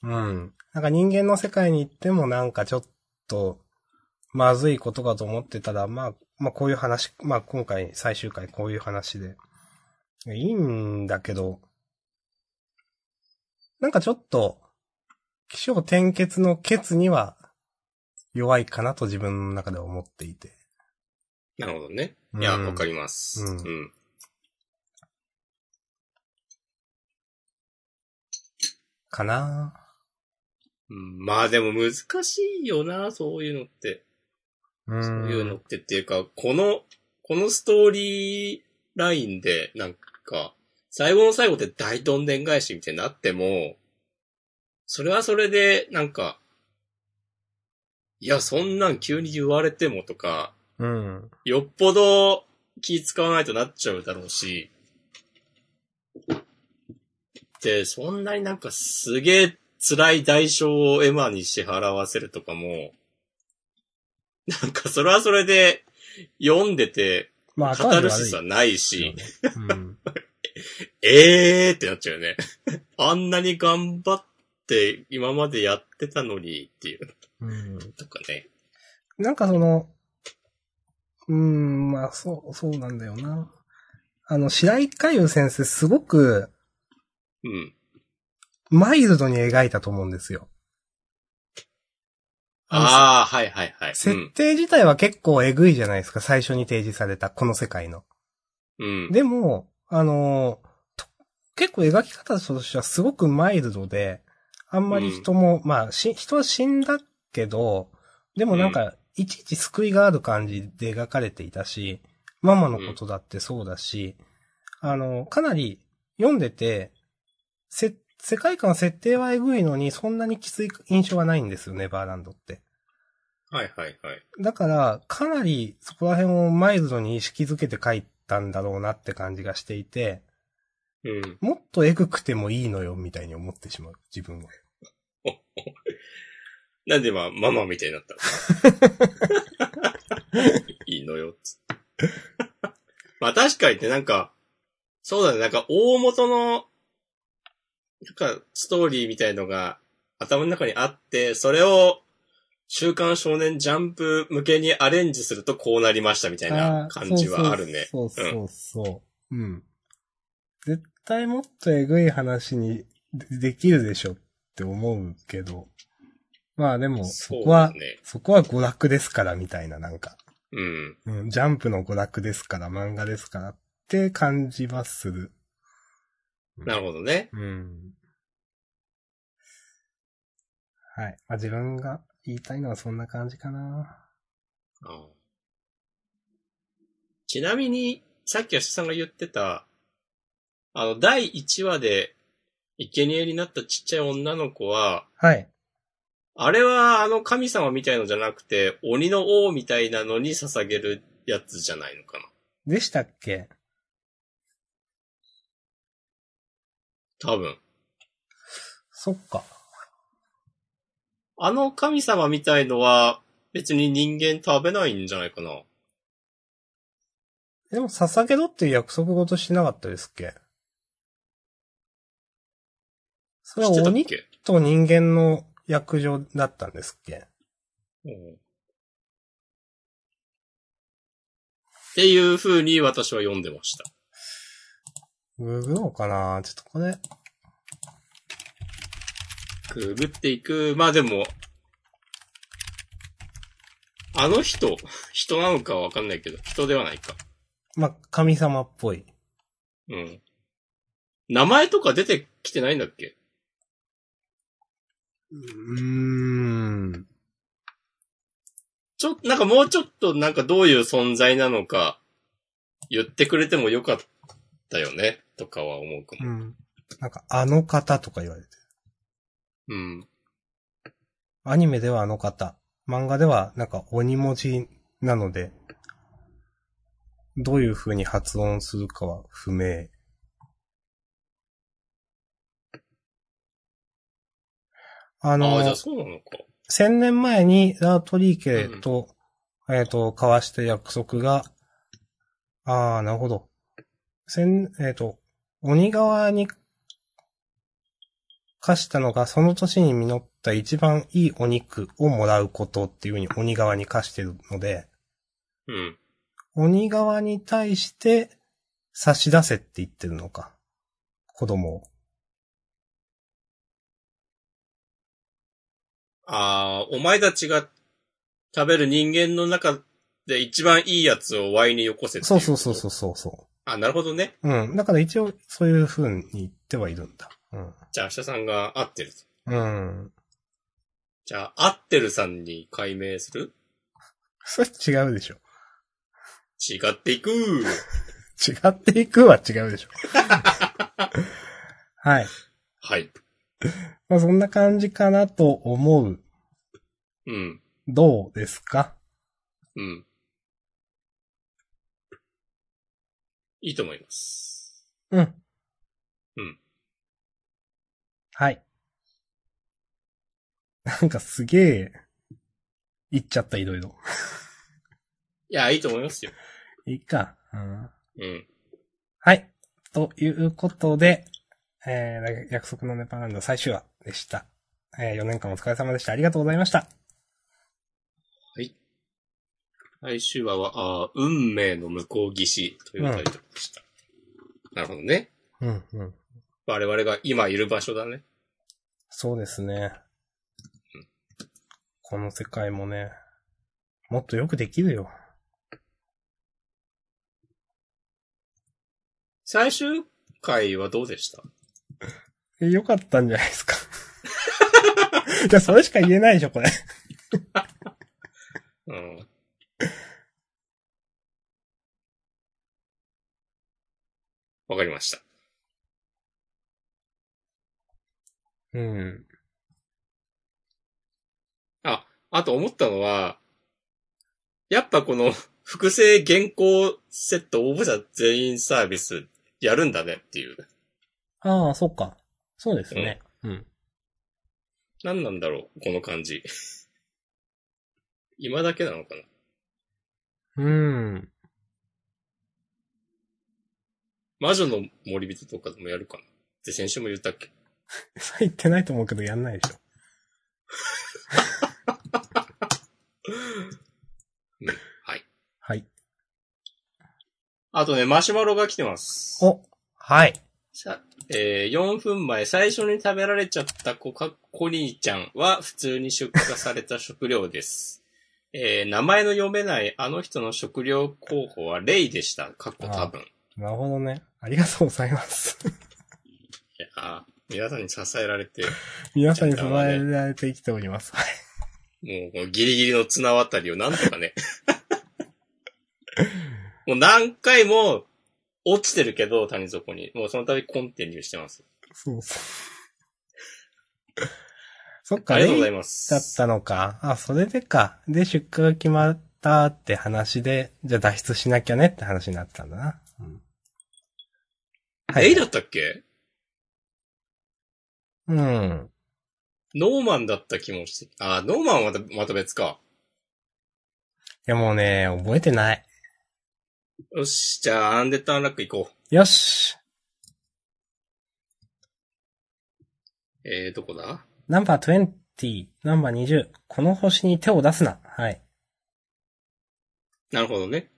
Speaker 2: うん。なんか人間の世界に行ってもなんかちょっと、まずいことかと思ってたら、まあ、まあこういう話、まあ今回最終回こういう話で。いいんだけど、なんかちょっと、気象転結のケツには弱いかなと自分の中では思っていて。
Speaker 1: なるほどね。いや、
Speaker 2: うん
Speaker 1: わかります。
Speaker 2: うん
Speaker 1: うん。
Speaker 2: かな
Speaker 1: うんまあでも難しいよな、そういうのって。
Speaker 2: う
Speaker 1: そ
Speaker 2: ん。
Speaker 1: ういうのってっていうか、この、このストーリーラインで、なんか、最後の最後で大どんでん返しみたいになっても、それはそれで、なんか、いや、そんなん急に言われてもとか、
Speaker 2: うん。
Speaker 1: よっぽど気使わないとなっちゃうだろうし、で、そんなになんかすげえ辛い代償をエマに支払わせるとかも、なんかそれはそれで読んでて
Speaker 2: まあ、
Speaker 1: 語
Speaker 2: 後
Speaker 1: る
Speaker 2: 味悪
Speaker 1: し
Speaker 2: い
Speaker 1: さないし、
Speaker 2: ですよねうん。
Speaker 1: えーってなっちゃうよね。 あんなに頑張って今までやってたのにっていう、
Speaker 2: うん
Speaker 1: とかね。
Speaker 2: なんかその、うーん、まあ、そう、そうなんだよな。あの、白井海優先生すごく
Speaker 1: うん。
Speaker 2: マイルドに描いたと思うんですよ。あ
Speaker 1: ああ、はいはいはい
Speaker 2: の。
Speaker 1: う
Speaker 2: 設
Speaker 1: ん。
Speaker 2: 定自体は結構えぐいじゃないですか、最初に提示された、この世界の。
Speaker 1: うん。
Speaker 2: でも、あのと結構描き方としてはすごくマイルドで、あんまり人も、まあし、人は死んだけど、でもなんか、いちいち救いがある感じで描かれていたし、ママのことだってそうだし、あの、かなり読んでて、せ、世界観の設定はえぐいのに、そんなにきつい印象はないんですよね、バーランドって。
Speaker 1: はいはいはい。
Speaker 2: だから、かなりそこら辺をマイルドに意識づけて書いたんだろうなって感じがしていて、
Speaker 1: うん。
Speaker 2: もっとエグくてもいいのよ、みたいに思ってしまう、自分は。
Speaker 1: なんで今、ママみたいになった のいいのよ、つって。まあ確かにね、なんか、そうだね、なんか大元の、なんかストーリーみたいのが頭の中にあって、それを週刊少年ジャンプ向けにアレンジするとこうなりましたみたいな感じはあるね。
Speaker 2: そうそうそうそう、うん。絶対もっとえぐい話にでできるでしょって思うけど。まあでも、そこは、
Speaker 1: そうね。
Speaker 2: そこは娯楽ですからみたいな、なんか。
Speaker 1: うん。
Speaker 2: うん、ジャンプの娯楽ですから、漫画ですからって感じはする。
Speaker 1: なるほどね。
Speaker 2: うん。はい。まあ自分が言いたいのはそんな感じかな。
Speaker 1: あちなみに、さっき吉田さんが言ってた、あの、第1話で、生贄になったちっちゃい女の子は、
Speaker 2: はい。
Speaker 1: あれはあの神様みたいのじゃなくて、鬼の王みたいなのに捧げるやつじゃないのかな。
Speaker 2: でしたっけ
Speaker 1: 多分。
Speaker 2: そっか。
Speaker 1: あの神様みたいのは、別に人間食べないんじゃないかな。
Speaker 2: でも、捧げろっていう約束事しなかったですっけそれは
Speaker 1: 知ってたっ
Speaker 2: 鬼
Speaker 1: け
Speaker 2: と人間の役場だったんですっけ
Speaker 1: うんっていう風に私は読んでました。
Speaker 2: ググろうかなちょっとこれ。
Speaker 1: くぐっていく。まあでも、あの人、人なのかはわかんないけど、人ではないか。
Speaker 2: まあ、神様っぽい。
Speaker 1: うん。名前とか出てきてないんだっけ
Speaker 2: うーん。
Speaker 1: ちょ、なんかもうちょっとなんかどういう存在なのか、言ってくれてもよかったよね、とかは思うか
Speaker 2: う
Speaker 1: も。
Speaker 2: ん。なんか、あの方とか言われて。
Speaker 1: うん。
Speaker 2: アニメではあの方。漫画では、なんか、鬼文字なので、どういう風に発音するかは不明。あ
Speaker 1: ああ、じゃ
Speaker 2: の
Speaker 1: あ、そうなのか。
Speaker 2: 千年前にラートリー家と、えっ、と、交わした約束が、ああ、なるほど。千、えっ、と、鬼側に課したのが、その年に実った一番いいお肉をもらうことっていうふうに鬼側に課してるので、
Speaker 1: うん。
Speaker 2: 鬼側に対して差し出せって言ってるのか。子供を。
Speaker 1: ああ、お前たちが食べる人間の中で一番いいやつをワイによこせってい
Speaker 2: そうそうそう
Speaker 1: う。
Speaker 2: そうそうそ
Speaker 1: あ、なるほどね。
Speaker 2: う。うん。だから一応、そういう風に言ってはいるんだ。うん。
Speaker 1: じゃあ、明日さんが合ってる。
Speaker 2: うん。
Speaker 1: じゃあ、合ってるさんに解明する
Speaker 2: それ違うでしょ。
Speaker 1: 違っていく
Speaker 2: 違っていくは違うで しょ。はい。
Speaker 1: はい。
Speaker 2: まあそんな感じかなと思う。
Speaker 1: うん。
Speaker 2: どうですか
Speaker 1: うん。いいと思います。
Speaker 2: うん。
Speaker 1: うん。
Speaker 2: はい。なんかすげえ、言っちゃったいろいろ。
Speaker 1: いや、いいと思いますよ。
Speaker 2: いいか。うん
Speaker 1: うん。
Speaker 2: はい。ということで、えー、約束のネパランド最終話でした。えー、4年間お疲れ様でした。ありがとうございました。
Speaker 1: 来週話は、あー運命の向こう岸というタイトルでした。なるほどね。
Speaker 2: うん、うん。
Speaker 1: 我々が今いる場所だね。
Speaker 2: そうですね。この世界もね、もっとよくできるよ。
Speaker 1: 最終回はどうでした
Speaker 2: えよかったんじゃないです か。じゃあそれしか言えないでしょ、これ。
Speaker 1: うん。わかりました。
Speaker 2: うん。
Speaker 1: あと思ったのは、やっぱこの 複製原稿セット応募者全員サービスやるんだねっていう。
Speaker 2: ああ、そっか。そうですね。うん。
Speaker 1: 何なんだろうこの感じ。 今だけなのかな
Speaker 2: うん。
Speaker 1: 魔女の森人とかでもやるかなって先週も言ったっけ
Speaker 2: それ言ってないと思うけど、やんないでしょ。
Speaker 1: はい。
Speaker 2: はい。
Speaker 1: あとね、マシュマロが来てます。
Speaker 2: お、はい。
Speaker 1: さ、えー、4分前、最初に食べられちゃった子か、コニーちゃんは普通に出荷された食料です。えー、名前の読めないあの人の食料候補はレイでした。かっこ多分。い
Speaker 2: なるほどね。ありがとうございます。
Speaker 1: やー皆さんに支えられて、
Speaker 2: 皆さんに支えられて生きております。はい
Speaker 1: もうこのギリギリの綱渡りをなんとか ね。もう何回も落ちてるけど、谷底に。もうその度コンティニューしてます。
Speaker 2: そうそう。 そっ
Speaker 1: あ
Speaker 2: か、
Speaker 1: りがとうござ
Speaker 2: レ
Speaker 1: い
Speaker 2: イ
Speaker 1: ます。
Speaker 2: だったのか。あ、それでか。で、出荷が決まったって話で、じゃあ脱出しなきゃねって話になったんだな。うん。はい
Speaker 1: レイだったっけ
Speaker 2: うん。
Speaker 1: ノーマンだった気もして。あー、ノーマンはまたまた別か。
Speaker 2: いやもうね、覚えてない。
Speaker 1: よし、じゃあ、アンデッドアンラック行こ
Speaker 2: よし
Speaker 1: う。えー、どこだ
Speaker 2: ナンバー20、ナンバー20、この星に手を出すな。はい。
Speaker 1: なるほどね。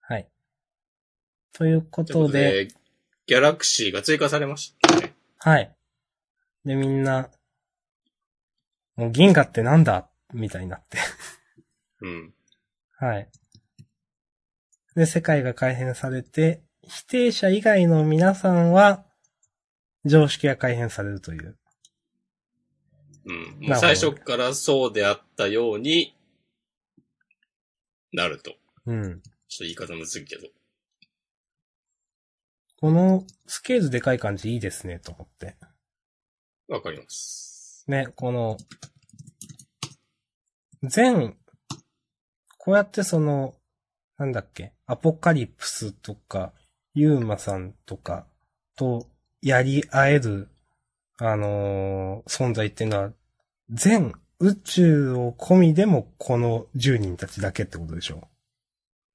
Speaker 2: はい。ということと
Speaker 1: いうこと
Speaker 2: で、
Speaker 1: で、ギャラクシーが追加されましたね。
Speaker 2: はい。で、みんな、もう銀河ってなんだみたいになって。
Speaker 1: うん。
Speaker 2: はい。で、世界が改変されて、否定者以外の皆さんは、常識が改変されるという。
Speaker 1: うん。
Speaker 2: な
Speaker 1: もう
Speaker 2: るほど
Speaker 1: 最初からそうであったように、なると。
Speaker 2: う
Speaker 1: ちょっ
Speaker 2: ん。
Speaker 1: と言い方むずいけど。
Speaker 2: このスケールでかい感じいいですね、と思って。
Speaker 1: わかります。
Speaker 2: ね、この、全、こうやってその、なんだっけ、アポカリプスとか、ユーマさんとかとやり合える、あのー存在っていうのは、全宇宙を込みでもこの10人たちだけってことでしょ。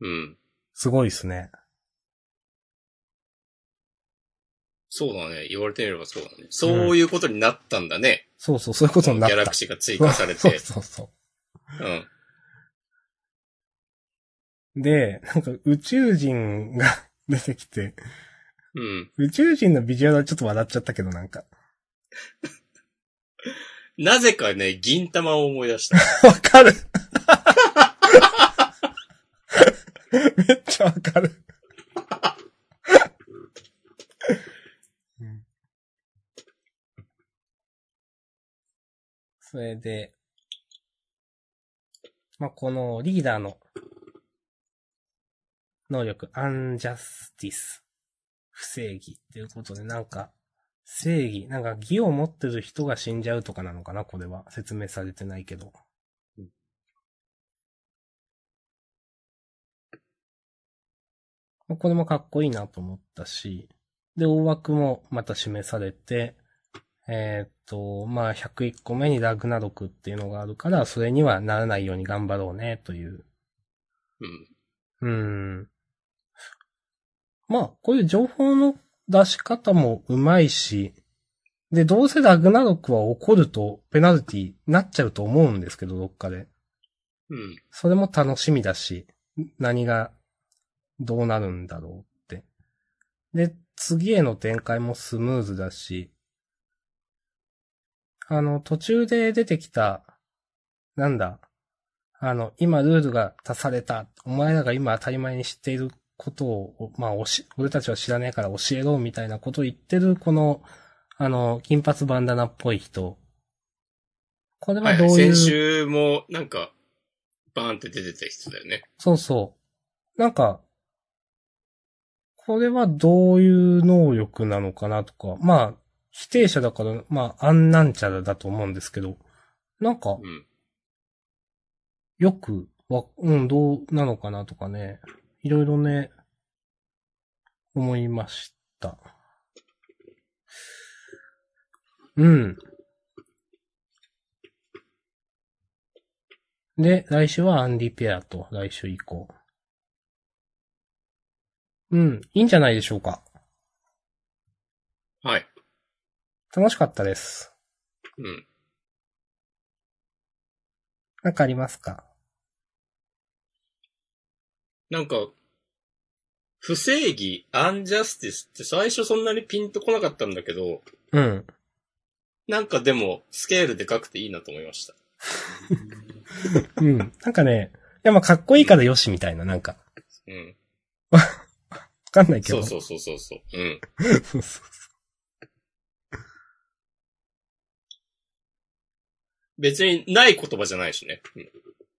Speaker 1: うん。
Speaker 2: すごいですね。
Speaker 1: そうだね。言われてみればそうだね。そういうことになったんだね。
Speaker 2: そうそう、そういうことになっ
Speaker 1: ギ
Speaker 2: た。
Speaker 1: ャラクシーが追加され
Speaker 2: そう
Speaker 1: て。
Speaker 2: そうそう。
Speaker 1: うん。
Speaker 2: で、なんか宇宙人が 出てきて、
Speaker 1: うん。
Speaker 2: 宇宙人のビジュアルはちょっと笑っちゃったけどなんか。
Speaker 1: なぜかね、銀玉を思い出した。
Speaker 2: わかるめっちゃわかる。うんそれで、まあ、このリーダーの能力、アンジャスティス、不正義っていうことで、なんか、正義、なんか義を持ってる人が死んじゃうとかなのかな、これは。説明されてないけど。これもかっこいいなと思ったし、で、大枠もまた示されて、えーっと、まあ、101個目にラグナロクっていうのがあるから、それにはならないように頑張ろうね、という
Speaker 1: うん。
Speaker 2: うーん。まあ、こういう情報の出し方もうまいし、で、どうせラグナロクは怒るとペナルティになっちゃうと思うんですけど、どっかで。
Speaker 1: うん。
Speaker 2: それも楽しみだし、何がどうなるんだろうって。で、次への展開もスムーズだし、あの、途中で出てきた、なんだ、あの、今ルールが足された、お前らが今当たり前に知っていることを、まあ、おし、俺たちは知らねえから教えろ、みたいなことを言ってる、この、あの、金髪バンダナっぽい人。これ
Speaker 1: は
Speaker 2: はいど
Speaker 1: は
Speaker 2: う
Speaker 1: い。
Speaker 2: いう、
Speaker 1: 先週も、なんか、バーンって出てた人だよね。
Speaker 2: そうそう。なんか、これはどういう能力なのかなとか、まあ、否定者だから、まあ、あんなんちゃらだと思うんですけど、なんか、
Speaker 1: うん。
Speaker 2: よくわ、うん、どうなのかなとかね、いろいろね、思いました。うん。で、来週はアンディペアと、来週以降。うん、いいんじゃないでしょうか。
Speaker 1: はい。
Speaker 2: 楽しかったです。
Speaker 1: うん。
Speaker 2: なんかありますか
Speaker 1: なんか、不正義、アンジャスティスって最初そんなにピンとこなかったんだけど、
Speaker 2: うん。
Speaker 1: なんかでも、スケールでかくていいなと思いました。
Speaker 2: うん。なんかね、いやまあかっこいいからよしみたいな、なんか。
Speaker 1: うん。
Speaker 2: わかんないけ
Speaker 1: そ
Speaker 2: ど。
Speaker 1: うそうそうそうそう。うん。
Speaker 2: そうそう
Speaker 1: 別にない言葉じゃないしね。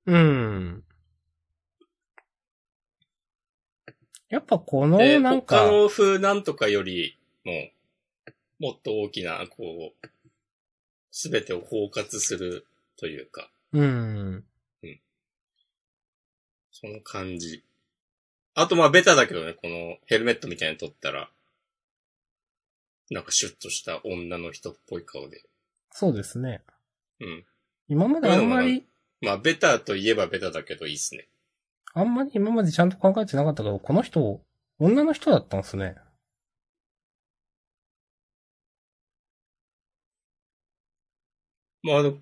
Speaker 1: うん
Speaker 2: うん。やっぱこの、
Speaker 1: で、
Speaker 2: なんか
Speaker 1: 他、の風なんとかよりも、もっと大きな、こう、すべてを包括するというか、
Speaker 2: うん。
Speaker 1: その感じ。あとまあベタだけどね、このヘルメットみたいに取ったら、なんかシュッとした女の人っぽい顔で。
Speaker 2: そうですね。
Speaker 1: うん。
Speaker 2: 今まであんまり、
Speaker 1: まあベタといえばベタだけどいいっすね。
Speaker 2: あんまり今までちゃんと考えてなかったけど、この人、女の人だったんですね。
Speaker 1: まああの、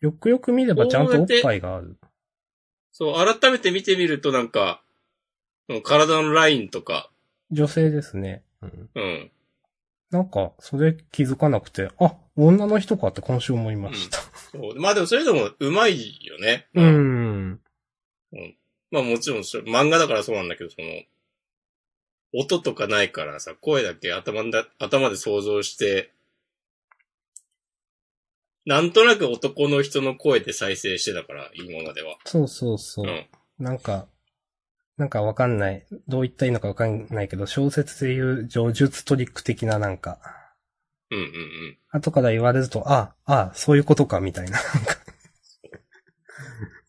Speaker 2: よくよく見ればちゃんとおっぱいがある。
Speaker 1: そう、改めて見てみるとなんか、うん体のラインとか、
Speaker 2: 女性ですね。うん。
Speaker 1: うん。
Speaker 2: なんか、それ気づかなくて、あ、女の人かって今週思いました。
Speaker 1: そうまあでもそれでもうまいよね。
Speaker 2: うん。
Speaker 1: まあもちろんそれ、漫画だからそうなんだけど、その、音とかないからさ、声だけ頭んだ、頭で想像して、なんとなく男の人の声で再生してたから、今までは。
Speaker 2: そうそうそうう。
Speaker 1: ん。
Speaker 2: なんか、なんかわかんない。どう言ったらいいのかわかんないけど、小説でいう上術トリック的ななんか、
Speaker 1: うんうんうん。
Speaker 2: 後から言われると、ああ、ああ、そういうことか、みたいな、 なんか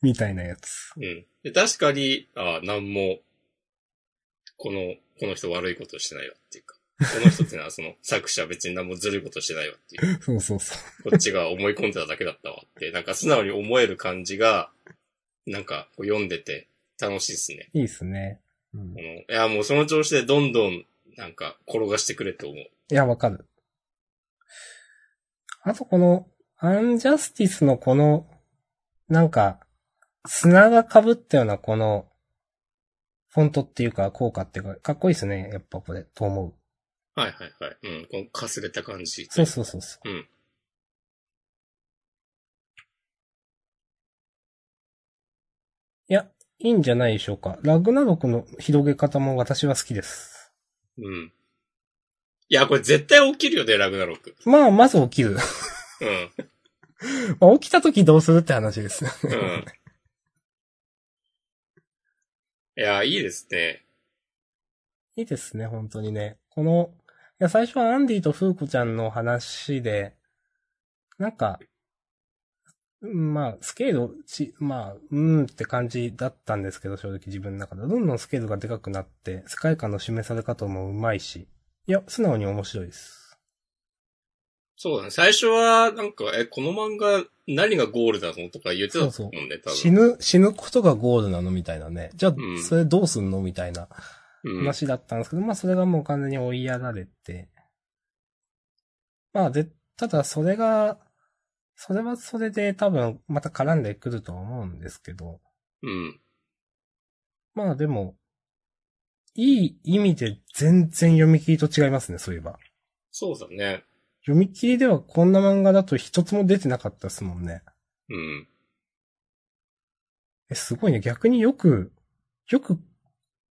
Speaker 2: みたいなやつ。
Speaker 1: うん。で、確かに、ああ、なんも、この、この人悪いことしてないよっていうか、この人ってのはその作者別に何もずるいことしてないよっていう、
Speaker 2: そうそうそ
Speaker 1: こっちが思い込んでただけだったわって、 なんか素直に思える感じが、なんかこう読んでて楽しいですね。
Speaker 2: う。いいっすね。うん、
Speaker 1: こ
Speaker 2: い
Speaker 1: のいや、もうその調子でどんどん、なんか、転がしてくれと思う。
Speaker 2: や、わかる。あとこの、アンジャスティスのこの、なんか、砂が被ったようなこの、フォントっていうか、効果っていうか、かっこいいっすね。やっぱこれ、と思う。
Speaker 1: はいはいはい。うん、このかすれた感じ。
Speaker 2: そうそうそうそう。
Speaker 1: うん。
Speaker 2: いや、いいんじゃないでしょうか。ラグナロクの広げ方も私は好きです。
Speaker 1: うん。いや、これ絶対起きるよね、ラグナロク。
Speaker 2: まあ、まず起きる。
Speaker 1: う ん。
Speaker 2: まあ、起きた時どうするって話です。
Speaker 1: うん。 いや、いいですね。
Speaker 2: いいですね、本当にね。この、いや、最初はアンディとフーコちゃんの話で、なんか、うんまあ、スケールをち、まあ、うーんって感じだったんですけど、正直自分の中で。どんどんスケールがでかくなって、世界観の示され方もうまいし、いや、素直に面白いです。
Speaker 1: そうだね。最初は、なんか、え、この漫画、何がゴールだのとか言ってたと思うね、多分。
Speaker 2: 死ぬ、死ぬことがゴールなのみたいなね。じゃあ
Speaker 1: うん、
Speaker 2: それどうすんのみたいな
Speaker 1: うん。
Speaker 2: 話だったんですけど、まあそれがもう完全に追いやられて。まあで、ただそれが、それはそれで多分また絡んでくると思うんですけど、
Speaker 1: うん。
Speaker 2: まあでも、いい意味で全然読み切りと違いますね、そういえば。
Speaker 1: そうだね。
Speaker 2: 読み切りではこんな漫画だと一つも出てなかったですもんね。
Speaker 1: うん。
Speaker 2: え、すごいね。逆によく、よく、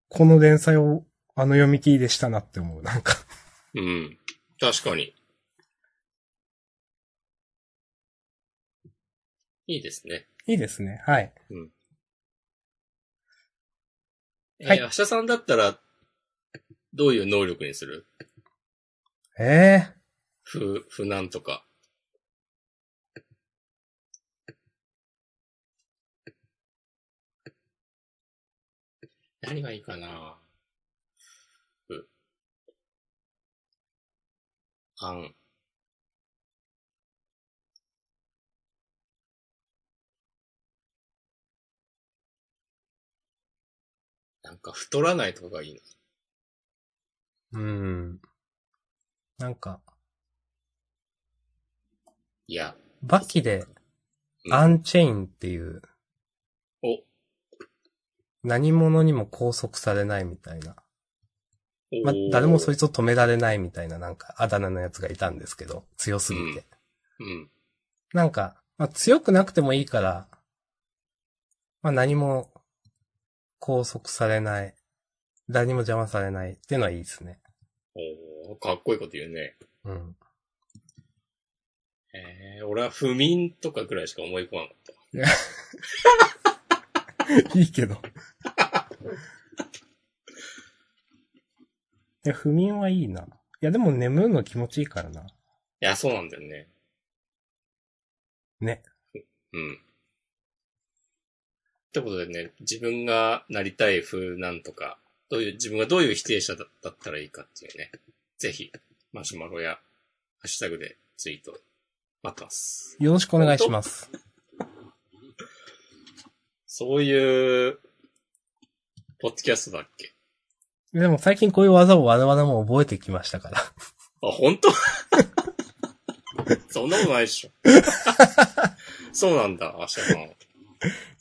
Speaker 2: この連載を、あの読み切りでしたなって思う。なんか、
Speaker 1: うん。確かに。いいですね。
Speaker 2: いいですね。はい。は
Speaker 1: はいい。明日さんだったら、どういう能力にする
Speaker 2: ええ
Speaker 1: 不、不難とか。何がいいかな不。あん。なんか太らないとかがいいな。
Speaker 2: うん。なんか、
Speaker 1: いや。
Speaker 2: バキで
Speaker 1: う、ん
Speaker 2: アンチェインっていう、
Speaker 1: お。
Speaker 2: 何者にも拘束されないみたいな。まあ、誰もそい
Speaker 1: つ。
Speaker 2: つを止められないみたいななんかあだ名のやつがいたんですけど、強すぎて。
Speaker 1: うんうん。
Speaker 2: なんか、まあ、強くなくてもいいから、まあ、何も拘束されない。誰にも邪魔されないっていうのはいいですね。
Speaker 1: おーかっこいいこと言うね。
Speaker 2: うん。
Speaker 1: えー、俺は不眠とかぐらいしか思い込まなかった。
Speaker 2: いいけど。いや、不眠はいいな。いや、でも眠るの気持ちいいからな。
Speaker 1: いや、そうなんだよね。
Speaker 2: ね。
Speaker 1: うん。ってことでね、自分がなりたい風なんとか、どういう、自分がどういう否定者だだったらいいかっていうね、ぜひ、マシュマロや、ハッシュタグでツイート、待ってます。
Speaker 2: よろしくお願いします。
Speaker 1: そういう、ポッドキャストだっけ
Speaker 2: でも最近こういう技を我々も覚えてきましたから。
Speaker 1: あ、本当 そんなことないでしょ。 そうなんだ、明日さん。
Speaker 2: い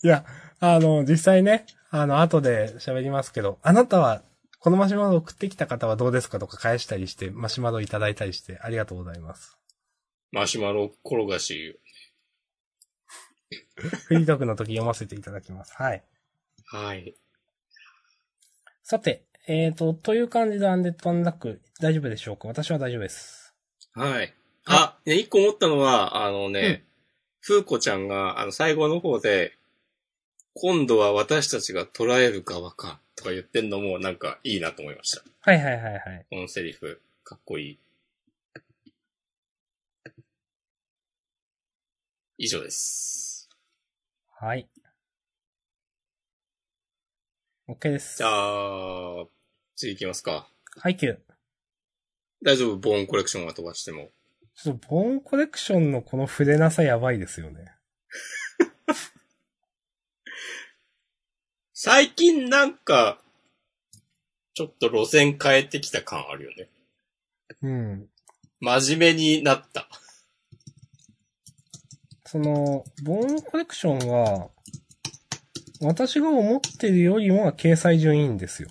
Speaker 2: や、あの、実際ね、あの、後で喋りますけど、あなたは、このマシュマロを送ってきた方はどうですかとか返したりして、マシュマロいただいたりして、ありがとうございます。
Speaker 1: マシュマロ転がし。
Speaker 2: フリートークの時読ませていただきます。はい。
Speaker 1: はい。
Speaker 2: さて、えーと、という感じでアンデッドアンラック、大丈夫でしょうか私は大丈夫です。
Speaker 1: はい。あ、ね一個思ったのは、あのね、ふうこちゃんが、あの、最後の方で、今度は私たちが捉える側か、とか言ってんのも、なんか、いいなと思いました。
Speaker 2: はいはいはいはい。
Speaker 1: このセリフ、かっこいい。以上です。
Speaker 2: はい。OK です
Speaker 1: じゃ。あ、次行きますか。
Speaker 2: はい、キュー。
Speaker 1: 大丈夫ボーンコレクションは飛ばしても。
Speaker 2: ちょっと、ボーンコレクションのこの触れなさやばいですよね。
Speaker 1: 最近なんか、ちょっと路線変えてきた感あるよね。
Speaker 2: うん。
Speaker 1: 真面目になった。
Speaker 2: その、ボーンコレクションは、私が思ってるよりもは掲載順いいんですよ。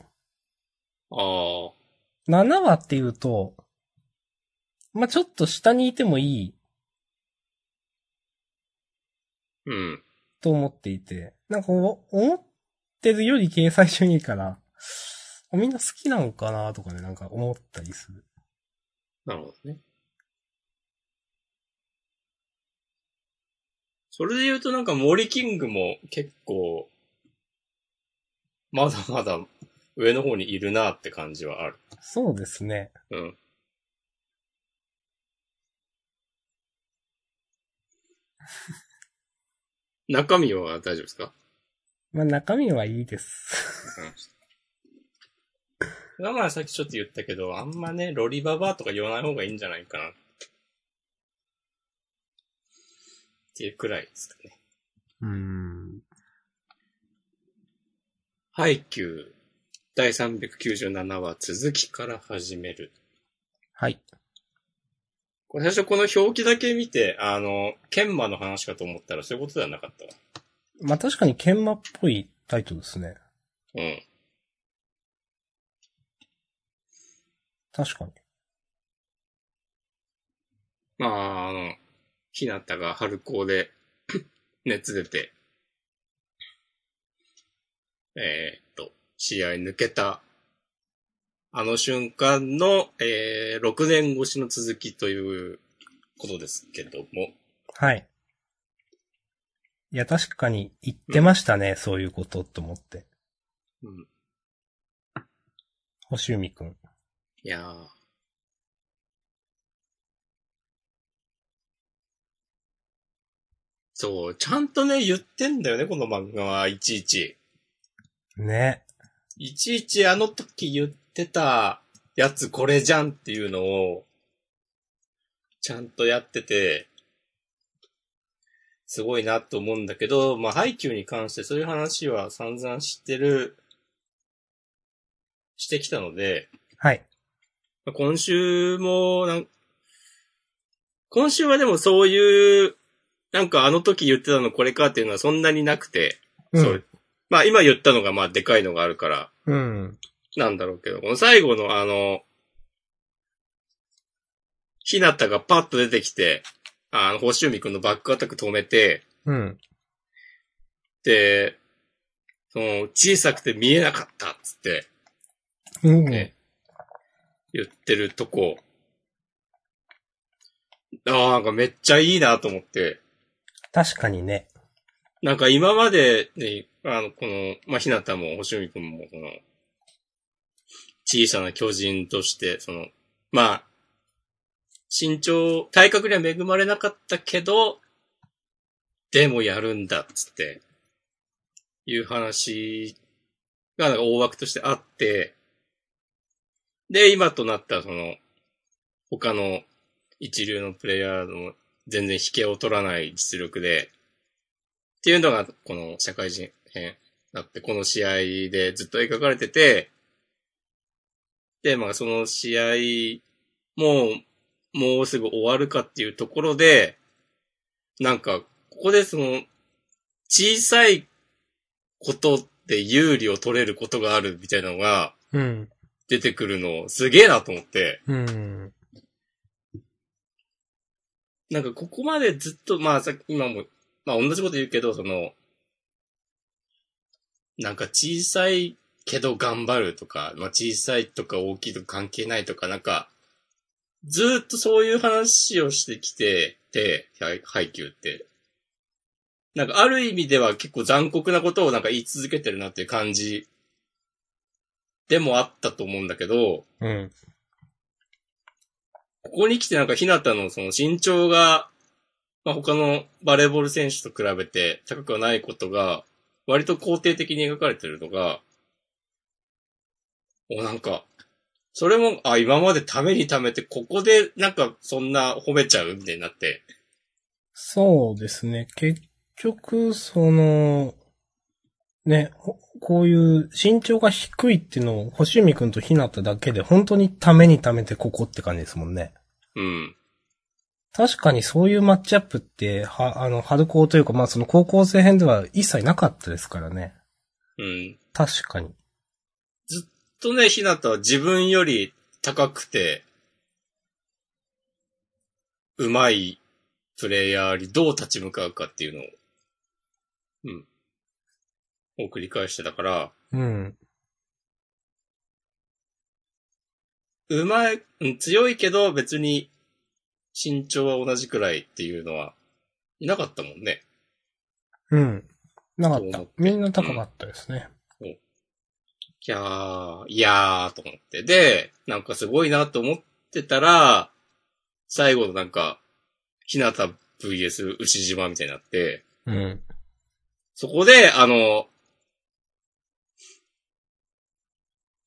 Speaker 1: ああ。
Speaker 2: 7話っていうと、まあ、ちょっと下にいてもいい
Speaker 1: うん。
Speaker 2: と思っていて、なんかこう思ってるより掲載順いいから、みんな好きなのかなとかね、なんか思ったりする。
Speaker 1: なるほどね。それで言うとなんか森キングも結構、まだまだ上の方にいるなって感じはある。
Speaker 2: そうですね。
Speaker 1: うん。中身は大丈夫ですか
Speaker 2: まあ、中身はいいです。
Speaker 1: まあまあさっきちょっと言ったけど、あんまね、ロリババアとか言わない方がいいんじゃないかな。っていうくらいですかね。
Speaker 2: うん。
Speaker 1: ハイキュー第397話続きから始める。
Speaker 2: はい。
Speaker 1: これ最初この表記だけ見て、あの、研磨の話かと思ったらそういうことではなかったわ。
Speaker 2: まあ、確かに研磨っぽいタイトルですね。
Speaker 1: うん。
Speaker 2: 確かに。
Speaker 1: まあ、あの、ひなたが春高で 熱出て、えーっと、試合抜けた、あの瞬間の、えー、6年越しの続きということですけども、
Speaker 2: はい。いや、確かに言ってましたね、そういうことと思って。
Speaker 1: うん、
Speaker 2: 星海くん。
Speaker 1: いやー。そう、ちゃんとね、言ってんだよね、この漫画はいちいち。
Speaker 2: ね。
Speaker 1: いちいちあの時言ってたやつこれじゃんっていうのを、ちゃんとやってて、すごいなと思うんだけど、まあ、ハイキューに関してそういう話は散々知ってる、してきたので、
Speaker 2: はい。
Speaker 1: まあ今週もなん、今週はでもそういう、なんかあの時言ってたのこれかっていうのはそんなになくて、
Speaker 2: うん
Speaker 1: そう。まあ今言ったのがまあでかいのがあるから、
Speaker 2: うん。
Speaker 1: なんだろうけど、この最後のあの、ひなたがパッと出てきて、あの、星海くんのバックアタック止めて、
Speaker 2: うん。
Speaker 1: で、その、小さくて見えなかったっつって、
Speaker 2: うん。
Speaker 1: ね、言ってるとこ、ああ、なんかめっちゃいいなと思って、
Speaker 2: 確かにね。
Speaker 1: なんか今までね、あの、この、まあ、ひなたも星海くんも、この、小さな巨人として、その、まあ、身長、体格には恵まれなかったけど、でもやるんだ、つって、いう話が、なんか大枠としてあって、で、今となった、その、他の一流のプレイヤーの全然引けを取らない実力で、っていうのが、この社会人編だって、この試合でずっと描かれてて、で、まあその試合、もう、もうすぐ終わるかっていうところで、なんか、ここでその、小さいことで有利を取れることがあるみたいなのが
Speaker 2: うん。
Speaker 1: 出てくるのすげえなと思って、
Speaker 2: うん。
Speaker 1: なんかここまでずっと、まあさっき今も、まあ同じこと言うけど、その、なんか小さいけど頑張るとか、まあ小さいとか大きいとか関係ないとか、なんか、ずーっとそういう話をしてきてて、はいハイキューって。なんかある意味では結構残酷なことをなんか言い続けてるなっていう感じでもあったと思うんだけど、
Speaker 2: うん。
Speaker 1: ここに来てなんか、ひなたのその身長が、まあ、他のバレーボール選手と比べて高くはないことが、割と肯定的に描かれてるのが、お、なんか、それも、あ、今までためにためて、ここでなんか、そんな褒めちゃうみたいになって。
Speaker 2: そうですね。結局、その、ね、ほこういう身長が低いっていうのを、星海くんと日向だけで、本当にためにためてここって感じですもんね。
Speaker 1: うん。
Speaker 2: 確かにそういうマッチアップって、は、あの、春高というか、まあその高校生編では一切なかったですからね。
Speaker 1: うん。
Speaker 2: 確かに。
Speaker 1: とね、ひなたは自分より高くて、うまいプレイヤーにどう立ち向かうかっていうのを、うん。を繰り返してたから、
Speaker 2: うん。
Speaker 1: うまい、うん強いけど別に身長は同じくらいっていうのは、いなかったもんね。
Speaker 2: うん。なかっ
Speaker 1: そ
Speaker 2: た
Speaker 1: う。
Speaker 2: みんな高かったですね。
Speaker 1: いやー、いやーと思って。で、なんかすごいなと思ってたら、最後のなんか、ひなた VS 牛島みたいになって、
Speaker 2: うん。
Speaker 1: そこで、あの、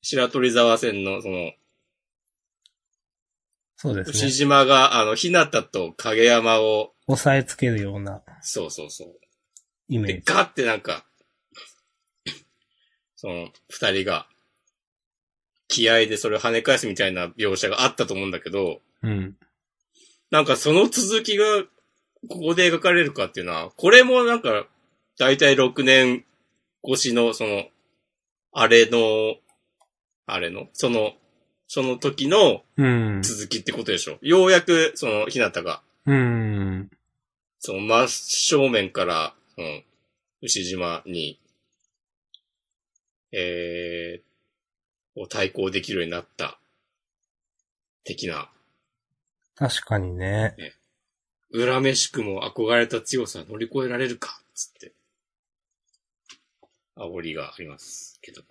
Speaker 1: 白鳥沢線の、その、
Speaker 2: そうです
Speaker 1: 牛
Speaker 2: ね。
Speaker 1: 島が、あの、日向と影山を、
Speaker 2: 押さえつけるような
Speaker 1: そうそうそう。
Speaker 2: イメ
Speaker 1: で、
Speaker 2: ージ。
Speaker 1: ガッてなんか、その、二人が、気合でそれを跳ね返すみたいな描写があったと思うんだけど、
Speaker 2: うん。
Speaker 1: なんかその続きが、ここで描かれるかっていうのは、これもなんか、だいたい6年越しの、その、あれの、あれの、その、その時の
Speaker 2: うん。
Speaker 1: 続きってことでしょ。ようやく、その、ひなたが、
Speaker 2: うん。
Speaker 1: その、真正面から、うん、牛島に、えー、を対抗できるようになった、的な、
Speaker 2: 確かにね。
Speaker 1: 恨めしくも憧れた強さを乗り越えられるか、つって。煽りがありますけど。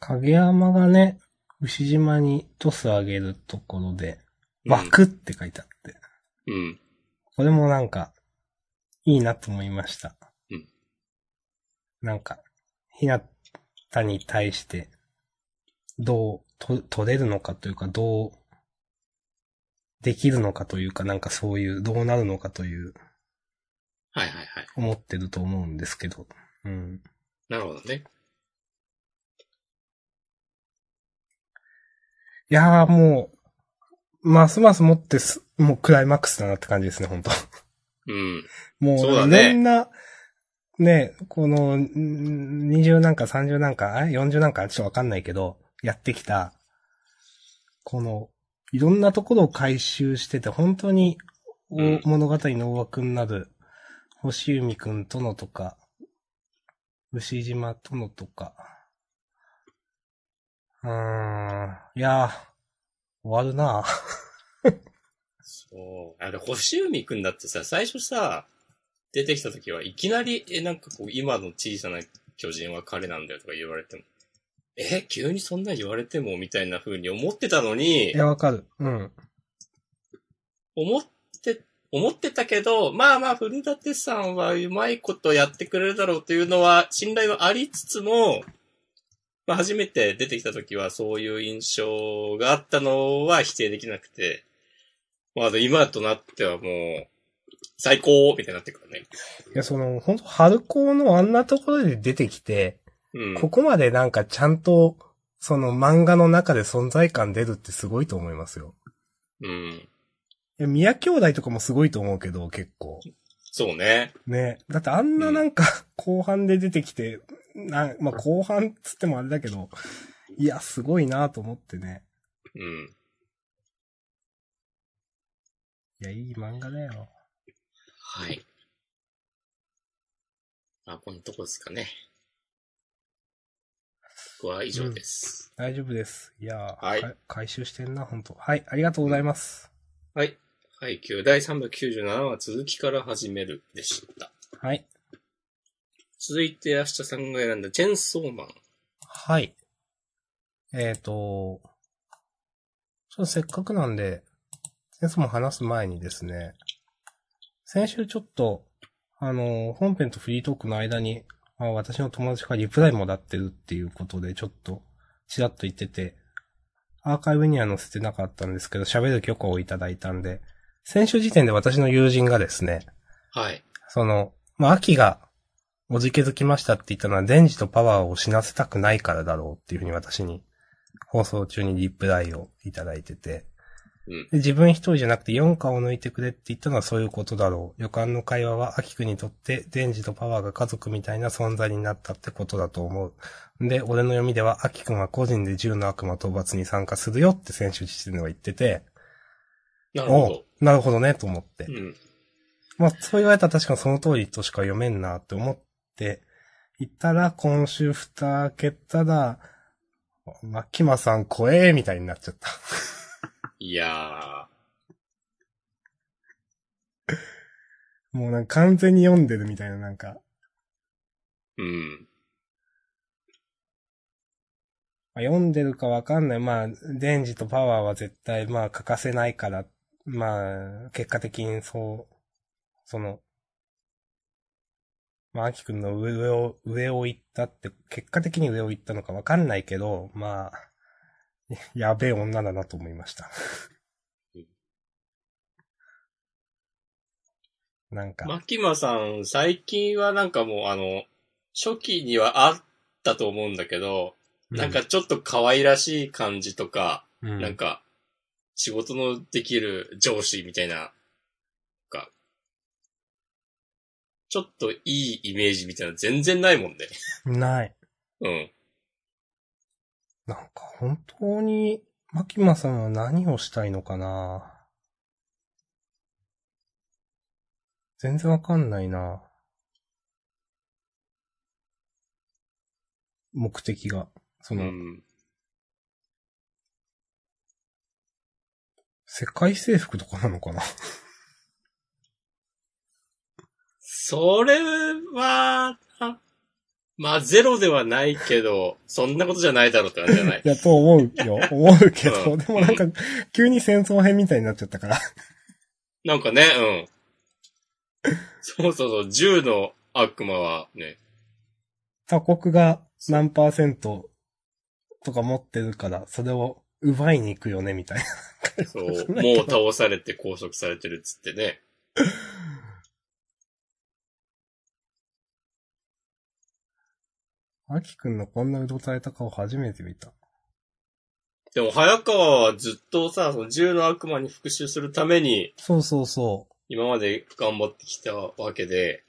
Speaker 2: 影山がね、牛島にトスあげるところで、
Speaker 1: うん
Speaker 2: 枠って書いてあって。
Speaker 1: うん。
Speaker 2: これもなんか、いいなと思いました。
Speaker 1: うん
Speaker 2: なんか、ひなたに対して、どうと、取れるのかというか、どう、できるのかというか、なんかそういう、どうなるのかという、
Speaker 1: はいはいはい。
Speaker 2: 思ってると思うんですけど。うん。
Speaker 1: なるほどね。
Speaker 2: いやーもう、ますますもってす、もうクライマックスだなって感じですね、本当
Speaker 1: うん。
Speaker 2: もう、
Speaker 1: そうだ
Speaker 2: い
Speaker 1: ね
Speaker 2: ろんな、ね、この、ん20なんか30なんか、あ40なんかちょっとわかんないけど、やってきた、この、いろんなところを回収してて、本当に、お
Speaker 1: うん
Speaker 2: 物語の大枠になる、星海くんとのとか、牛島とのとか。うーん、いやー、終わるなぁ。
Speaker 1: そう。あれ、星海くんだってさ、最初さ、出てきた時はいきなり、え、なんかこう、今の小さな巨人は彼なんだよとか言われても、え、急にそんな言われてもみたいな風に思ってたのに
Speaker 2: い、や、わかる。うん。
Speaker 1: 思って、思ってたけど、まあまあ、古舘さんはうまいことやってくれるだろうというのは、信頼はありつつも、まあ初めて出てきた時はそういう印象があったのは否定できなくて、まああの今となってはもう、最高みたいになってくるね。
Speaker 2: いや、その、本当春高のあんなところで出てきて、
Speaker 1: うん。
Speaker 2: ここまでなんかちゃんと、その漫画の中で存在感出るってすごいと思いますよ。
Speaker 1: うん。
Speaker 2: いや、宮兄弟とかもすごいと思うけど、結構。
Speaker 1: そうね。
Speaker 2: ね。だってあんななんか、後半で出てきて、なんまあ、後半っつってもあれだけど、いや、すごいなと思ってね。
Speaker 1: うん。
Speaker 2: いや、いい漫画だよ。
Speaker 1: はい。まあ、このとこですかね。僕は以上です。
Speaker 2: 大丈夫です。いやー
Speaker 1: はい
Speaker 2: か回収してんな、本当はい、ありがとうございます。
Speaker 1: はい。はい、9第397話続きから始めるでした。
Speaker 2: はい。
Speaker 1: 続いて、明日さんが選んだチェンソーマン。
Speaker 2: はい。えっ、と、ちょっとせっかくなんで、先生も話す前にですね、先週ちょっと、あの、本編とフリートークの間に、あ私の友達からリプライもらってるっていうことで、ちょっと、ちらっと言ってて、アーカイブには載せてなかったんですけど、喋る許可をいただいたんで、先週時点で私の友人がですね、
Speaker 1: はい。
Speaker 2: その、まあ、秋がおじけづきましたって言ったのは、電磁とパワーを死なせたくないからだろうっていうふうに私に、放送中にリプライをいただいてて、
Speaker 1: うん
Speaker 2: で自分一人じゃなくて4巻を抜いてくれって言ったのはそういうことだろう。予感の会話は秋くんにとって、電磁とパワーが家族みたいな存在になったってことだと思う。で、俺の読みでは、秋くんは個人で銃の悪魔討伐に参加するよって選手自身では言ってて、
Speaker 1: なるほ
Speaker 2: おう
Speaker 1: ど。
Speaker 2: なるほどね、と思って
Speaker 1: う。ん。
Speaker 2: まあ、そう言われたら確かにその通りとしか読めんなって思っていたら、今週蓋開けたら、まあ、キマさん怖えみたいになっちゃった。
Speaker 1: いや
Speaker 2: もうなんか完全に読んでるみたいななんか、
Speaker 1: ー。うん。
Speaker 2: まあ読んでるかわかんない。まあ、デンジとパワーは絶対まあ欠かせないから、まあ、結果的にそう、その、まあ、アキ君の上を、上を行ったって、結果的に上を行ったのかわかんないけど、まあ、やべえ女だなと思いました。なんか、
Speaker 1: マキマさん、最近はなんかもう、あの、初期にはあったと思うんだけど、なんかちょっと可愛らしい感じとか、
Speaker 2: う、
Speaker 1: なんか、仕事のできる上司みたいな、か、ちょっといいイメージみたいなの全然ないもんね。
Speaker 2: ない。
Speaker 1: うん。
Speaker 2: なんか本当に、マキマさんは何をしたいのかな全然わかんないな目的が。そうの、
Speaker 1: ん。
Speaker 2: 世界征服とかなのかな
Speaker 1: それは、あまあ、ゼロではないけど、そんなことじゃないだろうって感じじゃない
Speaker 2: い。や、と思う よ。思うけ
Speaker 1: う
Speaker 2: ど、
Speaker 1: ん
Speaker 2: でもなんか、急に戦争編みたいになっちゃったから。
Speaker 1: なんかね、うん。そうそうそう、銃の悪魔はね、
Speaker 2: 他国が何パーセントとか持ってるから、それを奪いに行くよね、みたいな。
Speaker 1: そう、もう倒されて拘束されてるっつってね。
Speaker 2: アキくんのこんなうどたれた顔初めて見た。
Speaker 1: でも、早川はずっとさ、その銃の悪魔に復讐するために、
Speaker 2: そうそうそ
Speaker 1: 今まで頑張ってきたわけで、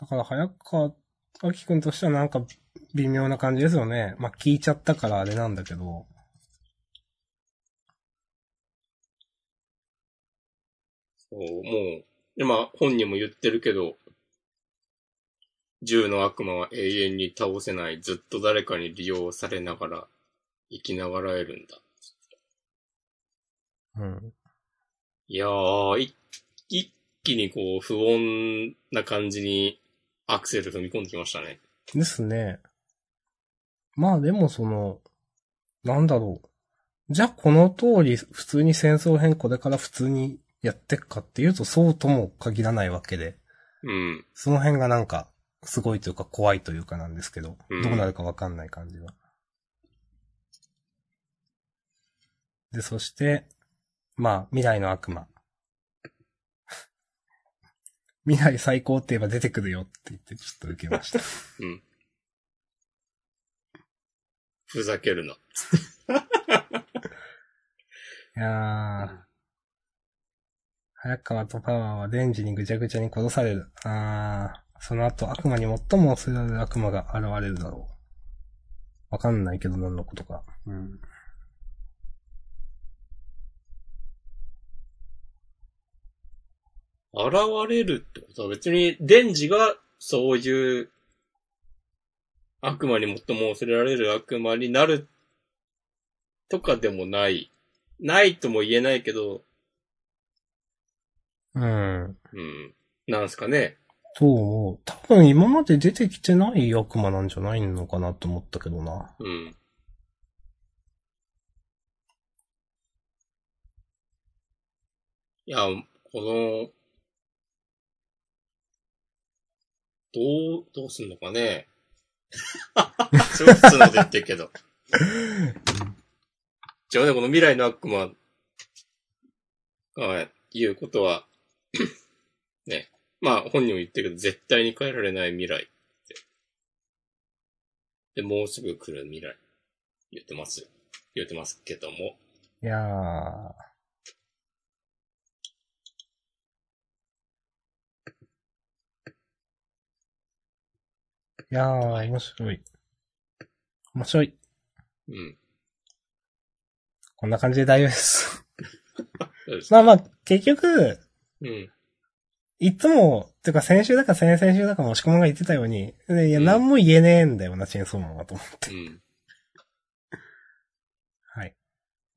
Speaker 2: だから早川明くんとしてはなんか微妙な感じですよね。まあ、聞いちゃったからあれなんだけど。
Speaker 1: そうもう、今本人も言ってるけど、銃の悪魔は永遠に倒せない、ずっと誰かに利用されながら生きながらえるんだ。
Speaker 2: うん。
Speaker 1: いやー、い一気にこう、不穏な感じにアクセル踏み込んできましたね。
Speaker 2: ですね。まあでもその、なんだろう。じゃあこの通り普通に戦争編これから普通にやってっかっていうとそうとも限らないわけで。
Speaker 1: うん。
Speaker 2: その辺がなんか、すごいというか怖いというかなんですけど、
Speaker 1: うん
Speaker 2: どうなるかわかんない感じが。で、そして、まあ、未来の悪魔。 未来最高って言えば出てくるよって言って、ちょっと受けました。
Speaker 1: ふざけるな。
Speaker 2: いやー。早川とパワーはレンジにぐちゃぐちゃに殺される。あー。その後悪魔に最も恐れられる悪魔が現れるだろう。わかんないけど何のことか。うん。
Speaker 1: 現れるってことは別に、デンジがそういう悪魔に最も恐れられる悪魔になるとかでもない。ないとも言えないけど、
Speaker 2: うん。
Speaker 1: うん。なんすかね。
Speaker 2: そう思う。多分今まで出てきてない悪魔なんじゃないのかなと思ったけどな。
Speaker 1: うん。いや、この、どう、どうすんのかね。すごい普通のこと言ってるけど。じゃあね、この未来の悪魔が言うことは、ね、まあ本人も言ってるけど、絶対に変えられない未来って。で、もうすぐ来る未来。言ってます。言ってますけども。
Speaker 2: いやー。いやー、面白い。面白い。
Speaker 1: うん。
Speaker 2: こんな感じで大丈夫です。
Speaker 1: そうです
Speaker 2: まあまあ、結局、
Speaker 1: うん。
Speaker 2: いつも、てか先週だか先々週だかも押し込まんが言ってたように、いや、
Speaker 1: うん
Speaker 2: 何も言えねえんだよな、チェーンソーマンはと思って。
Speaker 1: うん。
Speaker 2: はい。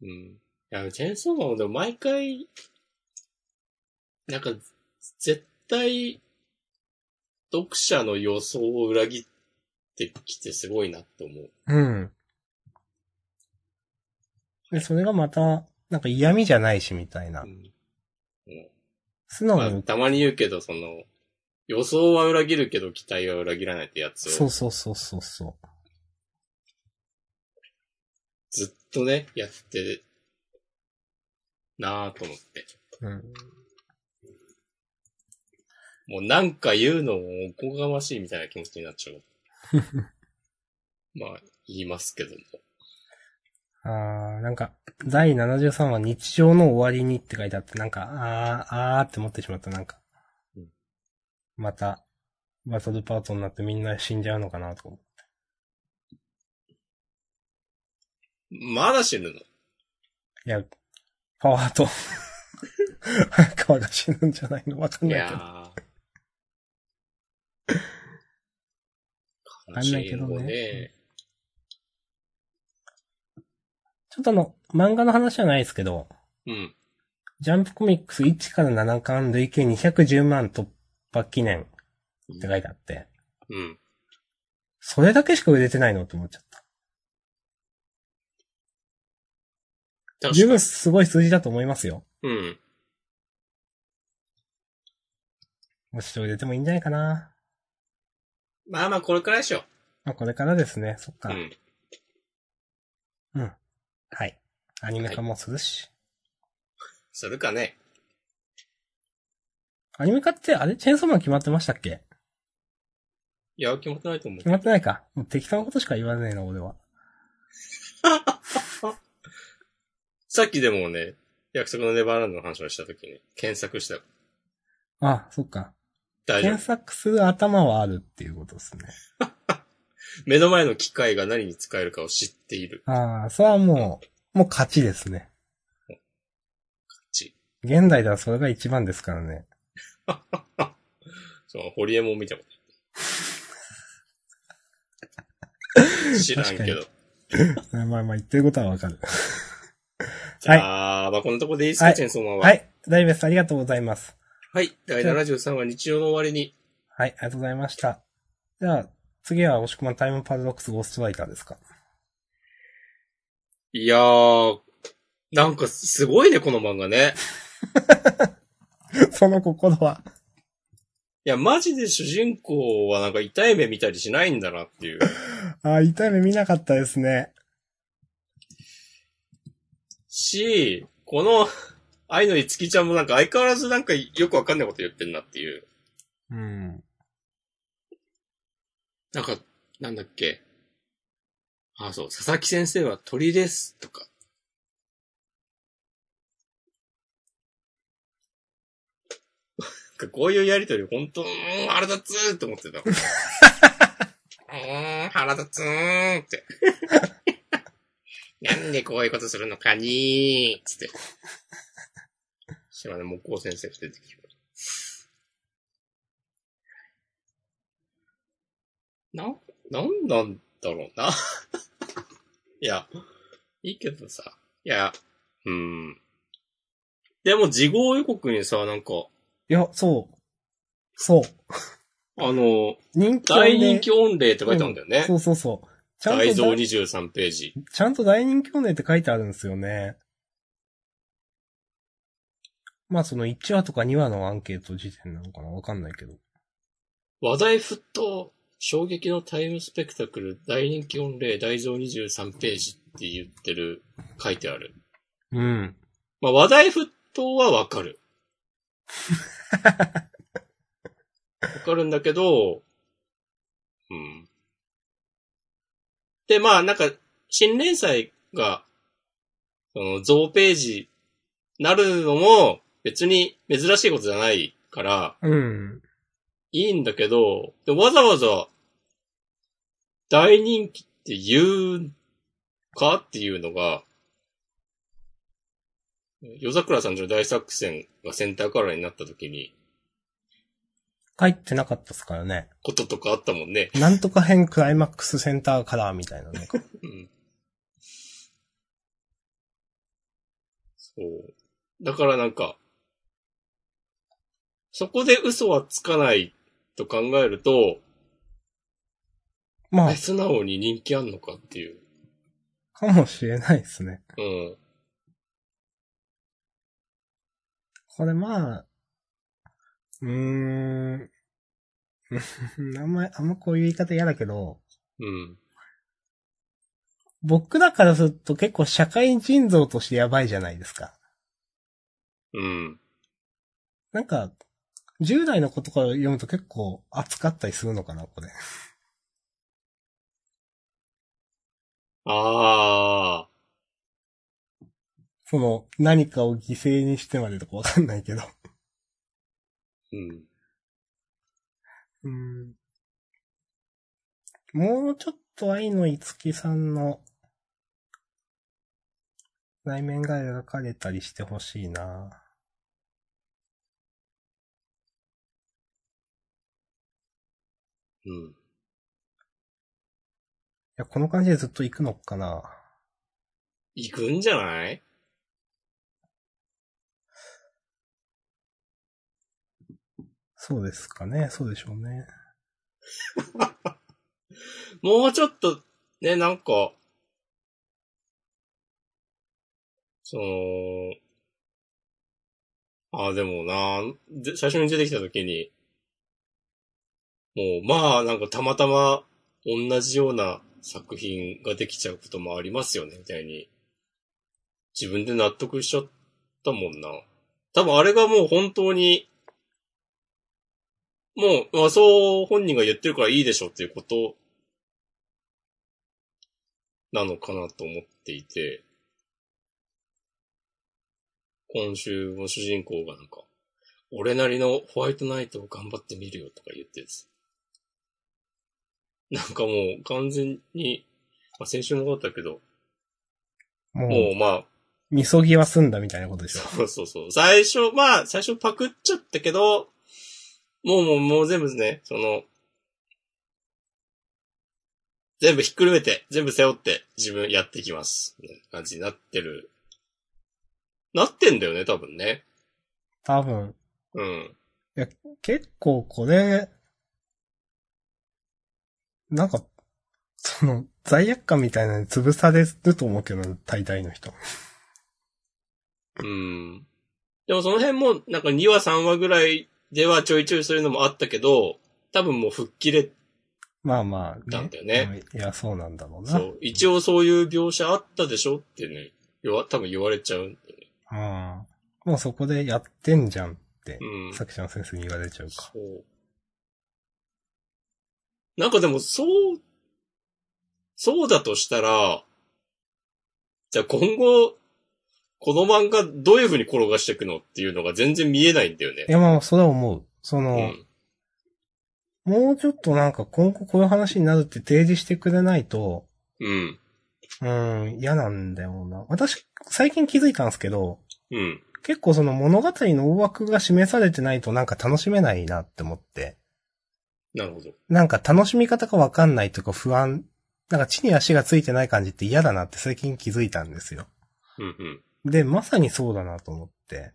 Speaker 1: うん。いや、チェーンソーマンはでも毎回、なんか、絶対、読者の予想を裏切ってきてすごいなと思う。
Speaker 2: うん。で、それがまた、なんか嫌味じゃないし、みたいな
Speaker 1: う。ん
Speaker 2: 素直
Speaker 1: まあ
Speaker 2: に、
Speaker 1: たまに言うけど、その、予想は裏切るけど期待は裏切らないってやつ
Speaker 2: そ
Speaker 1: を
Speaker 2: う、そうそうそうそ
Speaker 1: ずっとね、やって、なぁと思って。
Speaker 2: う。うん。
Speaker 1: もうなんか言うのもおこがましいみたいな気持ちになっちゃう。 まあ、言いますけども。
Speaker 2: あー、なんか、第73話、日常の終わりにって書いてあって、なんか、あー、あーって思ってしまった、なんか
Speaker 1: うん。
Speaker 2: また、バトルパートになってみんな死んじゃうのかなと思って。
Speaker 1: まだ死ぬの
Speaker 2: いや、パワー と、早川が死ぬんじゃないのわか
Speaker 1: い
Speaker 2: んないけど。
Speaker 1: やー。
Speaker 2: かんないけどね
Speaker 1: 悲し
Speaker 2: ちょっとあの、漫画の話じゃないですけど、
Speaker 1: いのね。
Speaker 2: ジャンプコミックス1から7巻累計210万突破記念って書いてあって、
Speaker 1: うん。うん。
Speaker 2: それだけしか売れてないのって思っちゃった。
Speaker 1: 確かに
Speaker 2: 十分すごい数字だと思いますよ。
Speaker 1: うん。
Speaker 2: もうちょっと売れてもいいんじゃないかな。
Speaker 1: まあまあ、これからでしょ。
Speaker 2: まあこれからですね、そっ
Speaker 1: う
Speaker 2: か。
Speaker 1: ん。
Speaker 2: はい。アニメ化もするし。
Speaker 1: するかね。
Speaker 2: アニメ化って、あれチェーンソーマン決まってましたっけ
Speaker 1: いや、決まってないと思う
Speaker 2: 決。まってないか。もう適当なことしか言わねえな、俺は。
Speaker 1: さっきでもね、約束のネバーランドの話をしたときに、検索した。
Speaker 2: あ、そっか。
Speaker 1: 大丈夫
Speaker 2: 検。索する頭はあるっていうことですね。
Speaker 1: 目の前の機械が何に使えるかを知っている。
Speaker 2: ああ、それはもう、もう勝ちですね。
Speaker 1: ち。
Speaker 2: 現代ではそれが一番ですからね。
Speaker 1: その、ホリエモン見たことない。知らんけど。
Speaker 2: まあまあ言ってることはわかる。
Speaker 1: じゃあ、まあこんなとこでいいですか、
Speaker 2: はい
Speaker 1: チェンソーマンは。
Speaker 2: は。い。大ベスありがとうございます。
Speaker 1: はい。第73話日曜の終わりに、
Speaker 2: はい、ありがとうございました。じゃあ、次は、おしくまタイムパラドックスゴーストライターですか。
Speaker 1: いやー、なんかすごいね、この漫画ね。
Speaker 2: その心は。
Speaker 1: いや、マジで主人公はなんか痛い目見たりしないんだなっていう。
Speaker 2: ああ、痛い目見なかったですね。
Speaker 1: し、この、愛のいつきちゃんもなんか相変わらずなんかよくわかんないこと言ってんなっていう。
Speaker 2: うん。
Speaker 1: なんか、なんだっけ。あ、そう、佐々木先生は鳥ですとか。なんか こういうやりとり、本当うーん、腹立つーって思ってた。うーん、腹立つーんって。 なんでこういうことするのかにーっつって。島根木工先生が出てきて。な、なんなんだろうな。 いや、いいけどさ。いや、うん。でも、事後予告にさ、なんか、
Speaker 2: いや、そう。そう。
Speaker 1: あの、
Speaker 2: 人気、
Speaker 1: 大人気御礼って書いてあるんだよね。
Speaker 2: そうそうそう。ちゃん
Speaker 1: 大
Speaker 2: と
Speaker 1: 蔵
Speaker 2: だ、
Speaker 1: 23ページ。
Speaker 2: ちゃんと大人気おねって書いてあるんですよね。まあその1話とか2話のアンケート時点なのかなわかんないけど。
Speaker 1: 話題沸騰、衝撃のタイムスペクタクル、大人気御礼、大蔵23ページって言ってる、書いてある。
Speaker 2: うん。
Speaker 1: まあ、話題沸騰はわかる。わかるんだけど、うん。で、まあ、なんか、新連載が、その、増ページ、なるのも、別に珍しいことじゃないから、
Speaker 2: うん。
Speaker 1: いいんだけど、でわざわざ、大人気って言うかっていうのが、夜桜さんちの大作戦がセンターカラーになった時に、
Speaker 2: 書いてなかったですからね。
Speaker 1: こととかあったもんね。
Speaker 2: なんとか編クライマックスセンターカラーみたい なね。
Speaker 1: うん。そう。だからなんか、そこで嘘はつかないと考えると、
Speaker 2: まあ
Speaker 1: え、素直に人気あんのかっていう。
Speaker 2: かもしれないですね。
Speaker 1: うん。
Speaker 2: これまあ、うーん。 あんま、あんまこういう言い方嫌だけど、
Speaker 1: うん。
Speaker 2: 僕らからすると結構社会人像としてやばいじゃないですか。
Speaker 1: うん。
Speaker 2: なんか、10代の子とか読むと結構熱かったりするのかな、これ。
Speaker 1: ああ、
Speaker 2: その、何かを犠牲にしてまでとかわかんないけど。
Speaker 1: うん。
Speaker 2: うん。もうちょっと愛のいつきさんの内面が描かれたりしてほしいな
Speaker 1: うん。
Speaker 2: いや、この感じでずっと行くのかな
Speaker 1: 行くんじゃない
Speaker 2: そうですかね。そうでしょうね。
Speaker 1: もうちょっと、ね、なんか、その、ああ、でもな、で最初に出てきた時に、もう、まあ、なんかたまたま同じような作品ができちゃうこともありますよね、みたいに。自分で納得しちゃったもんな。多分あれがもう本当に、もう、まあそう本人が言ってるからいいでしょっていうことなのかなと思っていて、今週も主人公がなんか、俺なりのホワイトナイトを頑張ってみるよとか言ってるんです。なんかもう完全に、まあ、先週のことだけど、
Speaker 2: もう、
Speaker 1: もうまあ、
Speaker 2: みそぎは済んだみたいなことでしょ。
Speaker 1: そう そうそう。最初、まあ、最初パクっちゃったけど、もうもうもう全部ね、その、全部ひっくるめて、全部背負って自分やっていきます。みたいな感じになってる。なってんだよね、多分ね。
Speaker 2: 多分、
Speaker 1: うん。
Speaker 2: 結構これ、なんか、その、罪悪感みたいなのに潰されると思うけど、大体の人。
Speaker 1: うん。でもその辺も、なんか2話3話ぐらいではちょいちょいそういうのもあったけど、多分もう吹っ切れ
Speaker 2: まあまあ、
Speaker 1: たんだよね。
Speaker 2: いや、そうなんだろうな。
Speaker 1: そう。一応そういう描写あったでしょってね、言わ多分言われちゃうんだよね。
Speaker 2: うん。もうそこでやってんじゃんって、
Speaker 1: うん。
Speaker 2: 作者の先生に言われちゃうか。
Speaker 1: そう。なんかでも、そう、そうだとしたら、じゃあ今後、この漫画どういう風に転がしていくのっていうのが全然見えないんだよね
Speaker 2: い。や、まあ、それは思う。そうの、
Speaker 1: ん。
Speaker 2: もうちょっとなんか今後こういう話になるって提示してくれないと、
Speaker 1: うん。
Speaker 2: うん、嫌なんだよな。私、最近気づいたんですけど、
Speaker 1: うん。
Speaker 2: 結構その物語の大枠が示されてないとなんか楽しめないなって思って、
Speaker 1: なるほど。
Speaker 2: なんか楽しみ方がわかんないとか不安、なんか地に足がついてない感じって嫌だなって最近気づいたんですよ。
Speaker 1: うんうん。
Speaker 2: で、まさにそうだなと思って。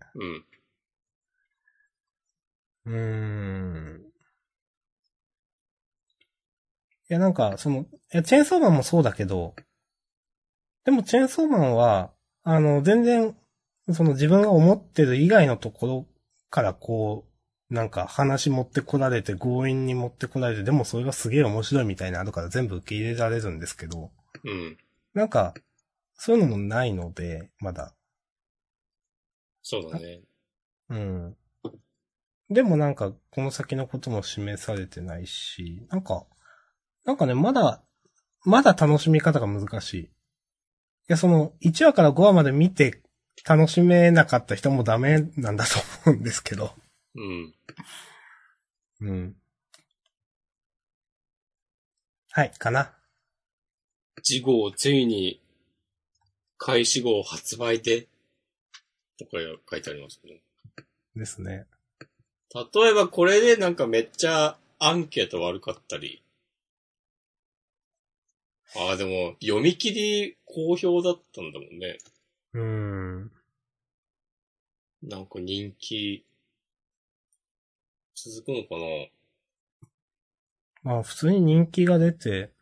Speaker 1: うん。
Speaker 2: うーん。いや、なんか、その、いや、チェーンソーマンもそうだけど、でもチェーンソーマンは、あの、全然、その自分が思ってる以外のところからこう、なんか話持ってこられて、強引に持ってこられて、でもそれがすげえ面白いみたいなのあるから全部受け入れられるんですけど、
Speaker 1: うん。
Speaker 2: なんか、そういうのもないので、まだ。
Speaker 1: そうだね。
Speaker 2: うん。でもなんか、この先のことも示されてないし、なんか、なんかね、まだ、まだ楽しみ方が難しい。いや、その、1話から5話まで見て楽しめなかった人もダメなんだと思うんですけど。
Speaker 1: うん。
Speaker 2: うん。はい、かな。
Speaker 1: 次号ついに、開始号発売で、とか書いてありますね。
Speaker 2: ですね。
Speaker 1: 例えばこれでなんかめっちゃアンケート悪かったり。ああ、でも読み切り好評だったんだもんね。
Speaker 2: うーん。
Speaker 1: なんか人気、続くのかな
Speaker 2: まあ、普通に人気が出て、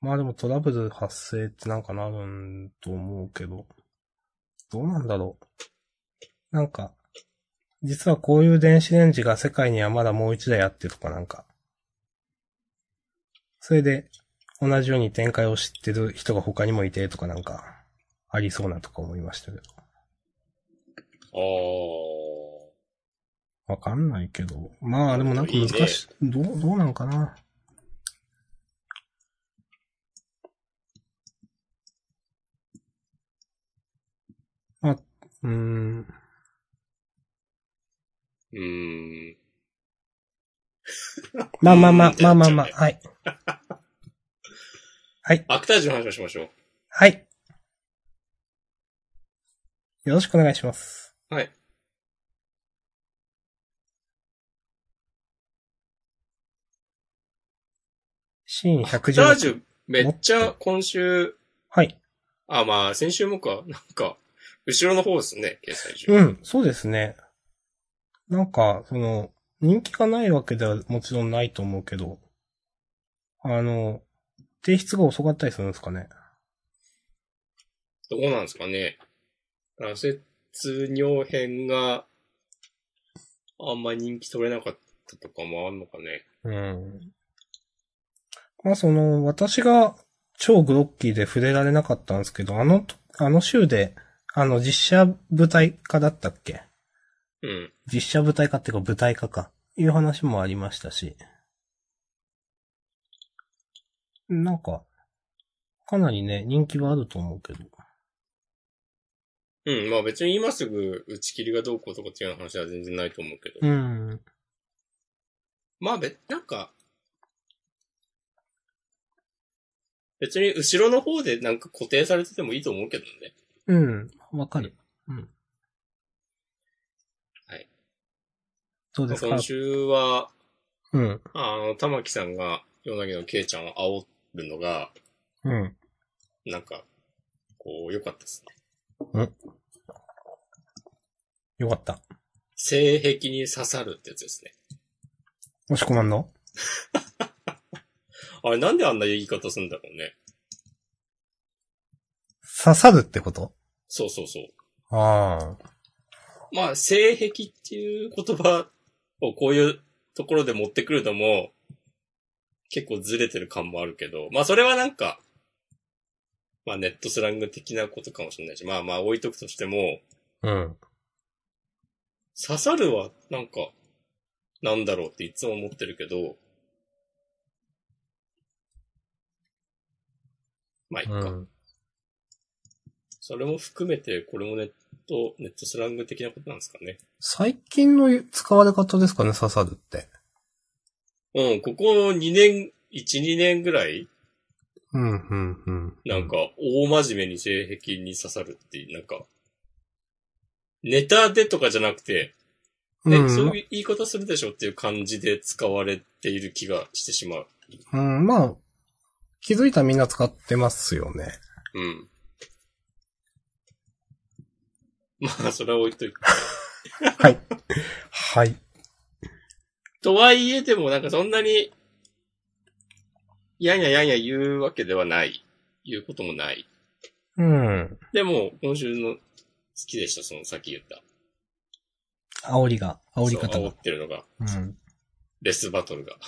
Speaker 2: まあでもトラブル発生ってなんかなるんと思うけど、どうなんだろう。なんか、実はこういう電子レンジが世界にはまだもう一台あってとかなんか、それで同じように展開を知ってる人が他にもいてとかなんか、ありそうなとか思いましたけど。
Speaker 1: ああ。
Speaker 2: わかんないけど。まあでもなんか難しい。どう、どうなんかな。あ、うーん。
Speaker 1: うーん。
Speaker 2: まあまあまあ、まあまあま
Speaker 1: うーんってなっちゃうね
Speaker 2: あ、はい。はい、
Speaker 1: アクタージュの話をしましょ
Speaker 2: はい。よろしくお願いします。
Speaker 1: う。はい。
Speaker 2: シーン
Speaker 1: アクタージ
Speaker 2: 110。
Speaker 1: ュめっちゃ今週、
Speaker 2: はい。
Speaker 1: あ、まあ先週もか、なんか、後ろの方ですね、掲載中。
Speaker 2: うん、そうですね。なんか、その、人気がないわけではもちろんないと思うけど、あの、提出が遅かったりするんですかね。
Speaker 1: どうなんですかね。羅刹尿編があんま人気取れなかったとかもあんのかね。
Speaker 2: うん。まあ、その、私が超グロッキーで触れられなかったんですけど、あの、あの週で、あの、実写舞台化だったっけ
Speaker 1: うん。
Speaker 2: 実写舞台化っていうか舞台化か、いう話もありましたし。なんか、かなりね、人気はあると思うけど。
Speaker 1: うん、まあ別に今すぐ打ち切りがどうこうとかっていうような話は全然ないと思うけど。
Speaker 2: うん。
Speaker 1: まあ別、なんか、別に後ろの方でなんか固定されててもいいと思うけどね。
Speaker 2: うん。わかる。うん。
Speaker 1: はい。
Speaker 2: どうですか
Speaker 1: 今週は、
Speaker 2: うん。
Speaker 1: あの、玉木さんが、夜なぎのけいちゃんを煽るのが、
Speaker 2: うん。
Speaker 1: なんか、こう、良かったですね。
Speaker 2: よかった。
Speaker 1: 性癖に刺さるってやつですね。
Speaker 2: 押し込まんの
Speaker 1: あれ、なんであんな言い方するんだろうね。
Speaker 2: 刺さるってこと
Speaker 1: そうそうそう。
Speaker 2: ああ。
Speaker 1: まあ、性癖っていう言葉をこういうところで持ってくるのも、結構ずれてる感もあるけど、まあそれはなんか、まあネットスラング的なことかもしれないし、まあまあ置いとくとしても、
Speaker 2: うん。
Speaker 1: 刺さるはなんか、なんだろうっていつも思ってるけど、まあいっか。
Speaker 2: うん。
Speaker 1: それも含めて、これもネット、ネットスラング的なことなんですかね。
Speaker 2: 最近の使われ方ですかね、刺さるって。
Speaker 1: うん、ここ2年、1、2年ぐらい
Speaker 2: うん、うん、うん。
Speaker 1: なんか、大真面目に性癖に刺さるって、なんか、ネタでとかじゃなくて、ね、
Speaker 2: うん、
Speaker 1: そういう言い方するでしょっていう感じで使われている気がしてしまう。
Speaker 2: うん、まあ、気づいたらみんな使ってますよね。
Speaker 1: うん。 まあ、それは置いといて。
Speaker 2: はい。はい。
Speaker 1: とはいえ、でもなんかそんなに、やんややんや言うわけではない。言うこともない。
Speaker 2: うん。
Speaker 1: でも、今週の好きでした、そのさっき言った。
Speaker 2: 煽りが、煽り
Speaker 1: そ
Speaker 2: 方
Speaker 1: う煽
Speaker 2: が。
Speaker 1: ってるのが。
Speaker 2: うん。
Speaker 1: レスバトルが。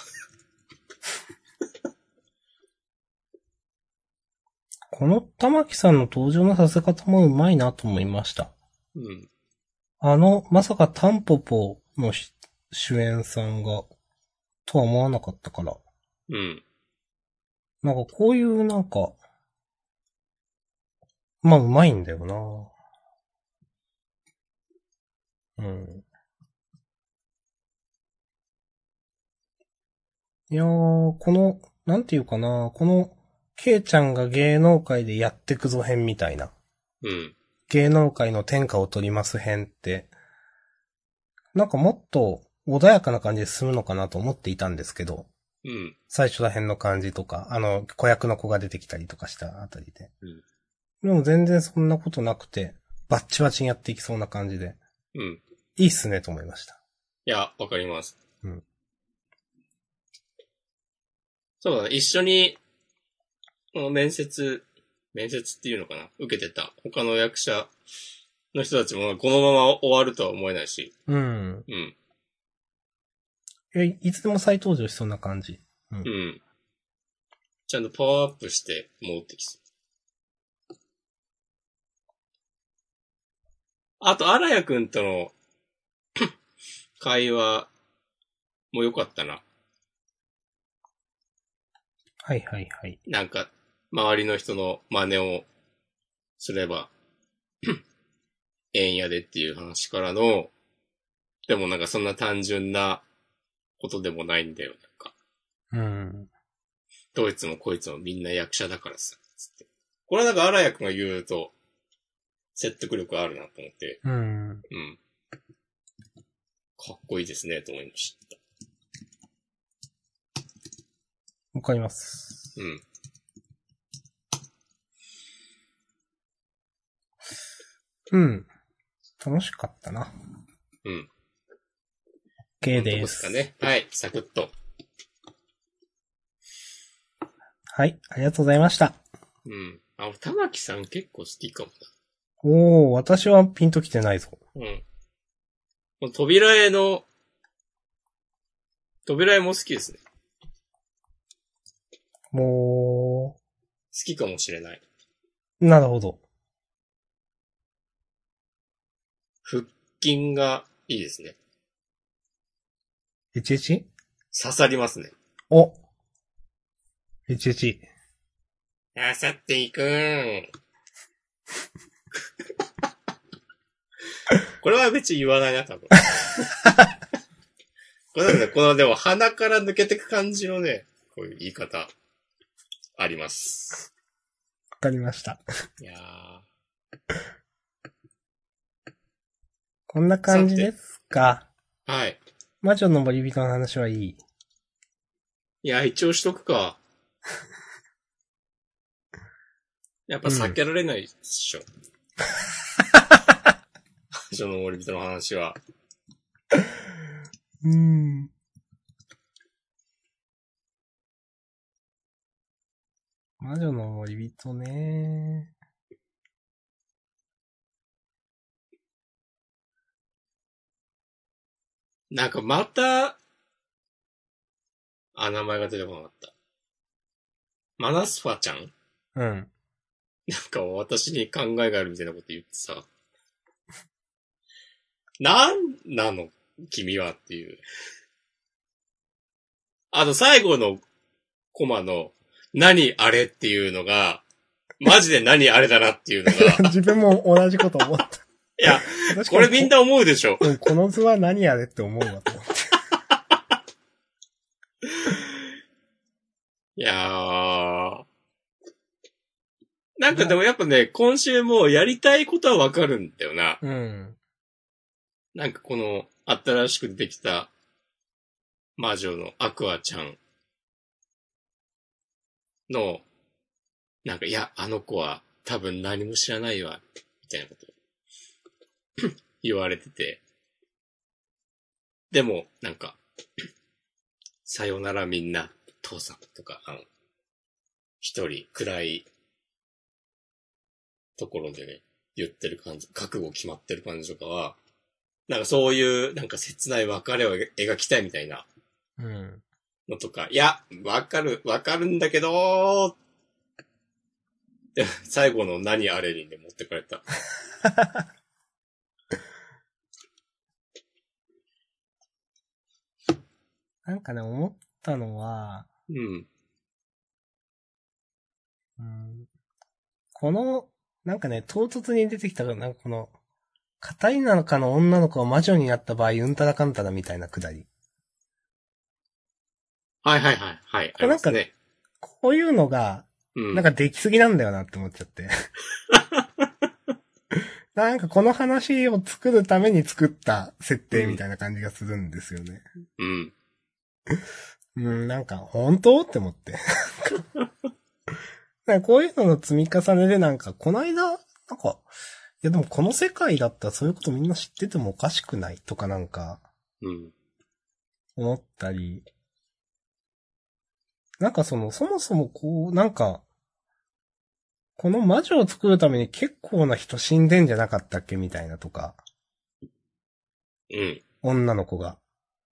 Speaker 2: この玉木さんの登場のさせ方もうまいなと思いました。
Speaker 1: うん。
Speaker 2: あの、まさかタンポポのし主演さんが、とは思わなかったから。
Speaker 1: うん。
Speaker 2: なんかこういうなんか、まあうまいんだよなうん。いやー、この、なんていうかな、この、ケイちゃんが芸能界でやってくぞ編みたいな。
Speaker 1: うん。
Speaker 2: 芸能界の天下を取ります編って、なんかもっと穏やかな感じで進むのかなと思っていたんですけど、
Speaker 1: うん。
Speaker 2: 最初ら辺の感じとか、あの、子役の子が出てきたりとかしたあたりで。
Speaker 1: うん
Speaker 2: でも全然そんなことなくて、バッチバチにやっていきそうな感じで、
Speaker 1: うん。い
Speaker 2: いいっすねと思いました。
Speaker 1: や、わかります。
Speaker 2: うん
Speaker 1: そうだね。一緒に、この面接、面接っていうのかな受けてた。他の役者の人たちも、このまま終わるとは思えないし。
Speaker 2: うん。
Speaker 1: うん。
Speaker 2: いいつでも再登場しそうな感じ。
Speaker 1: うん。ちゃんとパワーアップして戻ってきそう。あと、荒谷くんとの 会話も良かったな。
Speaker 2: はいはいはい。
Speaker 1: なんか、周りの人の真似をすれば、 縁やでっていう話からの、でもなんかそんな単純なことでもないんだよ。なんか、
Speaker 2: うん。
Speaker 1: どいつもこいつもみんな役者だからさ、つって。これはなんか荒谷くんが言うと、説得力あるなと思って、
Speaker 2: うん。
Speaker 1: うん。かっこいいですね、と思いました。
Speaker 2: わかります。
Speaker 1: うん。
Speaker 2: うん。楽しかったな。
Speaker 1: うん。
Speaker 2: OK
Speaker 1: どう
Speaker 2: で。
Speaker 1: ですすかね。はい、サクッと。
Speaker 2: はい。ありがとうございました。
Speaker 1: うん。あ、俺玉木さん結構好きかもな。
Speaker 2: おー、私はピンときてないぞ。
Speaker 1: うん。この扉絵の、扉絵も好きですね。好
Speaker 2: も
Speaker 1: きかもしれない。
Speaker 2: う、なるほど。
Speaker 1: 腹筋がいいですね。
Speaker 2: HH?
Speaker 1: 刺さりますね。
Speaker 2: お !HH。
Speaker 1: 刺さっていくーん。 これは別に言わないな、多分。これなんだ、このでも鼻から抜けてく感じのね、こういう言い方、あります。
Speaker 2: かりました。
Speaker 1: いやー
Speaker 2: こんな感じですか。
Speaker 1: はい。
Speaker 2: 魔女の森人の話はいい。
Speaker 1: いや、一応しとくか。やっぱ避けられないっしょ。 その森人の話は。
Speaker 2: うん。魔女の森人ね。
Speaker 1: なんかまた、あ、名前が出てこなかった。マナスファちゃん
Speaker 2: うん。
Speaker 1: なんか私に考えがあるみたいなこと言ってさ。なんなの君はっていう。あと最後のコマの何あれっていうのが、マジで何あれだなっていうのが、い
Speaker 2: 自分も同じこと思った。
Speaker 1: や、
Speaker 2: 確かに
Speaker 1: これみんな思うでしょ。
Speaker 2: うんこの図は何やでって思うわと思って。
Speaker 1: いやー。なんかでもやっぱね、今週もうやりたいことはわかるんだよな。
Speaker 2: うん。
Speaker 1: なんかこの、新しく出てきた、魔女のアクアちゃんの、なんか、いや、あの子は多分何も知らないわ、みたいなこと、 言われてて。でも、なんか、 さよならみんな、父さんとか、あの、一人暗いところでね、言ってる感じ、覚悟決まってる感じとかは、なんかそういう、なんか切ない別れを描きたいみたいな
Speaker 2: うん。
Speaker 1: のとか、いや、わかる、わかるんだけどで 最後の何あれにで持ってかれた。
Speaker 2: なんかね、思ったのは、
Speaker 1: うん。
Speaker 2: うん、この、なんかね、唐突に出てきた、なんかこの、片いなのかの女の子が魔女になった場合、うんたらかんたらみたいなくだり。
Speaker 1: はいはいはい。はい。
Speaker 2: これなんか
Speaker 1: ありますね。
Speaker 2: こういうのが、
Speaker 1: うん。
Speaker 2: なんかできすぎなんだよなって思っちゃって。 なんかこの話を作るために作った設定みたいな感じがするんですよね。
Speaker 1: うん。
Speaker 2: うん、なんか本当って思って。なんかこういうのの積み重ねでなんか、この間、なんか、いやでもこの世界だったらそういうことみんな知っててもおかしくないとかなんか、
Speaker 1: うん。
Speaker 2: 思ったり、なんかその、そもそもこう、なんか、この魔女を作るために結構な人死んでんじゃなかったっけみたいなとか、
Speaker 1: うん。
Speaker 2: 女の子が。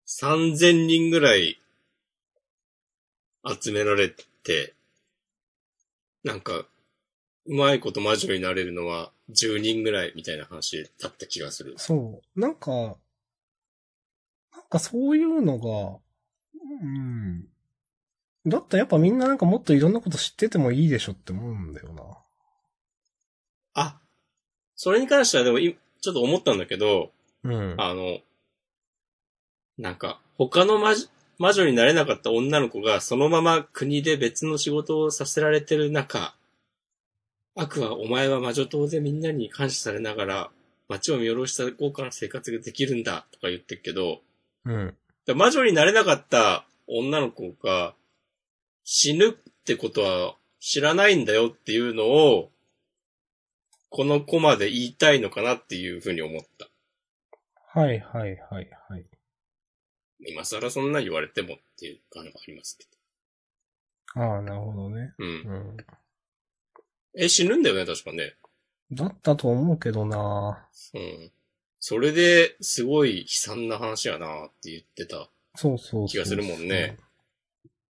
Speaker 1: 3000人ぐらい集められて、なんか、うまいこと魔女になれるのは10人ぐらいみたいな話だった気がする。
Speaker 2: そう。なんか、なんかそういうのが、うん。だったらやっぱみんななんかもっといろんなこと知っててもいいでしょって思うんだよな。
Speaker 1: あ、それに関してはでもい、ちょっと思ったんだけど、
Speaker 2: うん。
Speaker 1: あの、なんか、他の魔女魔女になれなかった女の子がそのまま国で別の仕事をさせられてる中、悪はお前は魔女党でみんなに感謝されながら街を見下ろした豪華な生活ができるんだとか言ってるけど、
Speaker 2: うん。
Speaker 1: だ魔女になれなかった女の子が死ぬってことは知らないんだよっていうのを、このコマで言いたいのかなっていうふうに思った。
Speaker 2: はいはいはいはい。
Speaker 1: 今更そんな言われてもっていう感がありますけ
Speaker 2: ああ、なるほどね。
Speaker 1: ど。う。
Speaker 2: うんん。
Speaker 1: え、死ぬんだよね、確かね。
Speaker 2: だったと思うけどな
Speaker 1: うん。それで、すごい悲惨な話やなって言ってた。
Speaker 2: そうそうそう
Speaker 1: 気がするもんね。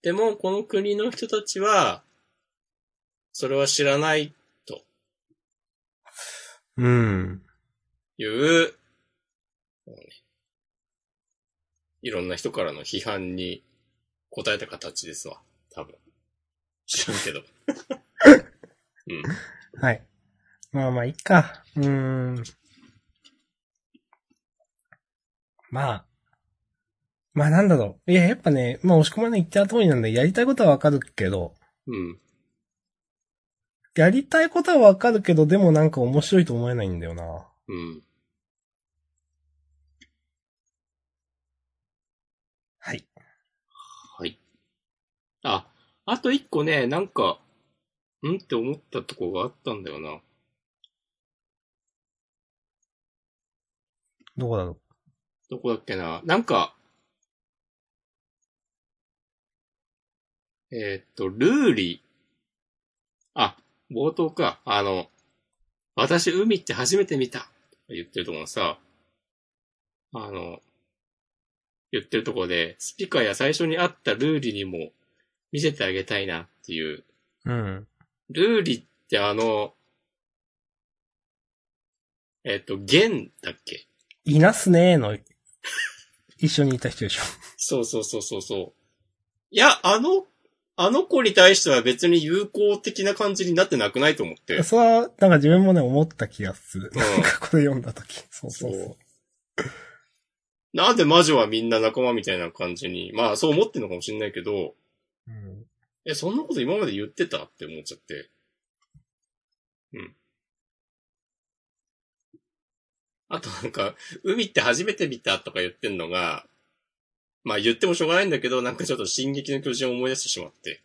Speaker 1: でも、この国の人たちは、それは知らない
Speaker 2: うん。
Speaker 1: いう、こうねいろんな人からの批判に答えた形ですわ。多分。知らんけど。うん。
Speaker 2: はい。まあまあ、いいか。うーん。まあ、まあなんだろう。いや、やっぱね、まあ押し込まない言った通りなんで、やりたいことはわかるけど、
Speaker 1: うん。
Speaker 2: やりたいことはわかるけど、でもなんか面白いと思えないんだよな。
Speaker 1: うん。
Speaker 2: はい。
Speaker 1: はい。あ、あと一個ね、なんか、んって思ったとこがあったんだよな。
Speaker 2: どこだろ
Speaker 1: どこだっけな。なんか、えーっと、ルーリー。あ、冒頭か。あの、私海って初めて見た。言ってるところさ、あの、言ってるところで、スピカや最初に会ったルーリーにも見せてあげたいなっていう
Speaker 2: う。うん。
Speaker 1: ルーリってあの、えっ、と、ゲンだっけ
Speaker 2: いなすねーの、一緒にいた人で しょ。
Speaker 1: そうそうそうそうそう。いや、あの、あの子に対しては別に友好的な感じになってなくないと思って。
Speaker 2: それは、なんか自分もね、思った気がする。
Speaker 1: うん
Speaker 2: なんかこれ読んだ時。そうそうそう。
Speaker 1: なんで魔女はみんな仲間みたいな感じに、まあそう思ってんのかもしれないけど、
Speaker 2: うん、
Speaker 1: え、そんなこと今まで言ってたって思っちゃって。うん。あとなんか、海って初めて見たとか言ってんのが、まあ言ってもしょうがないんだけど、なんかちょっと進撃の巨人を思い出してしまって。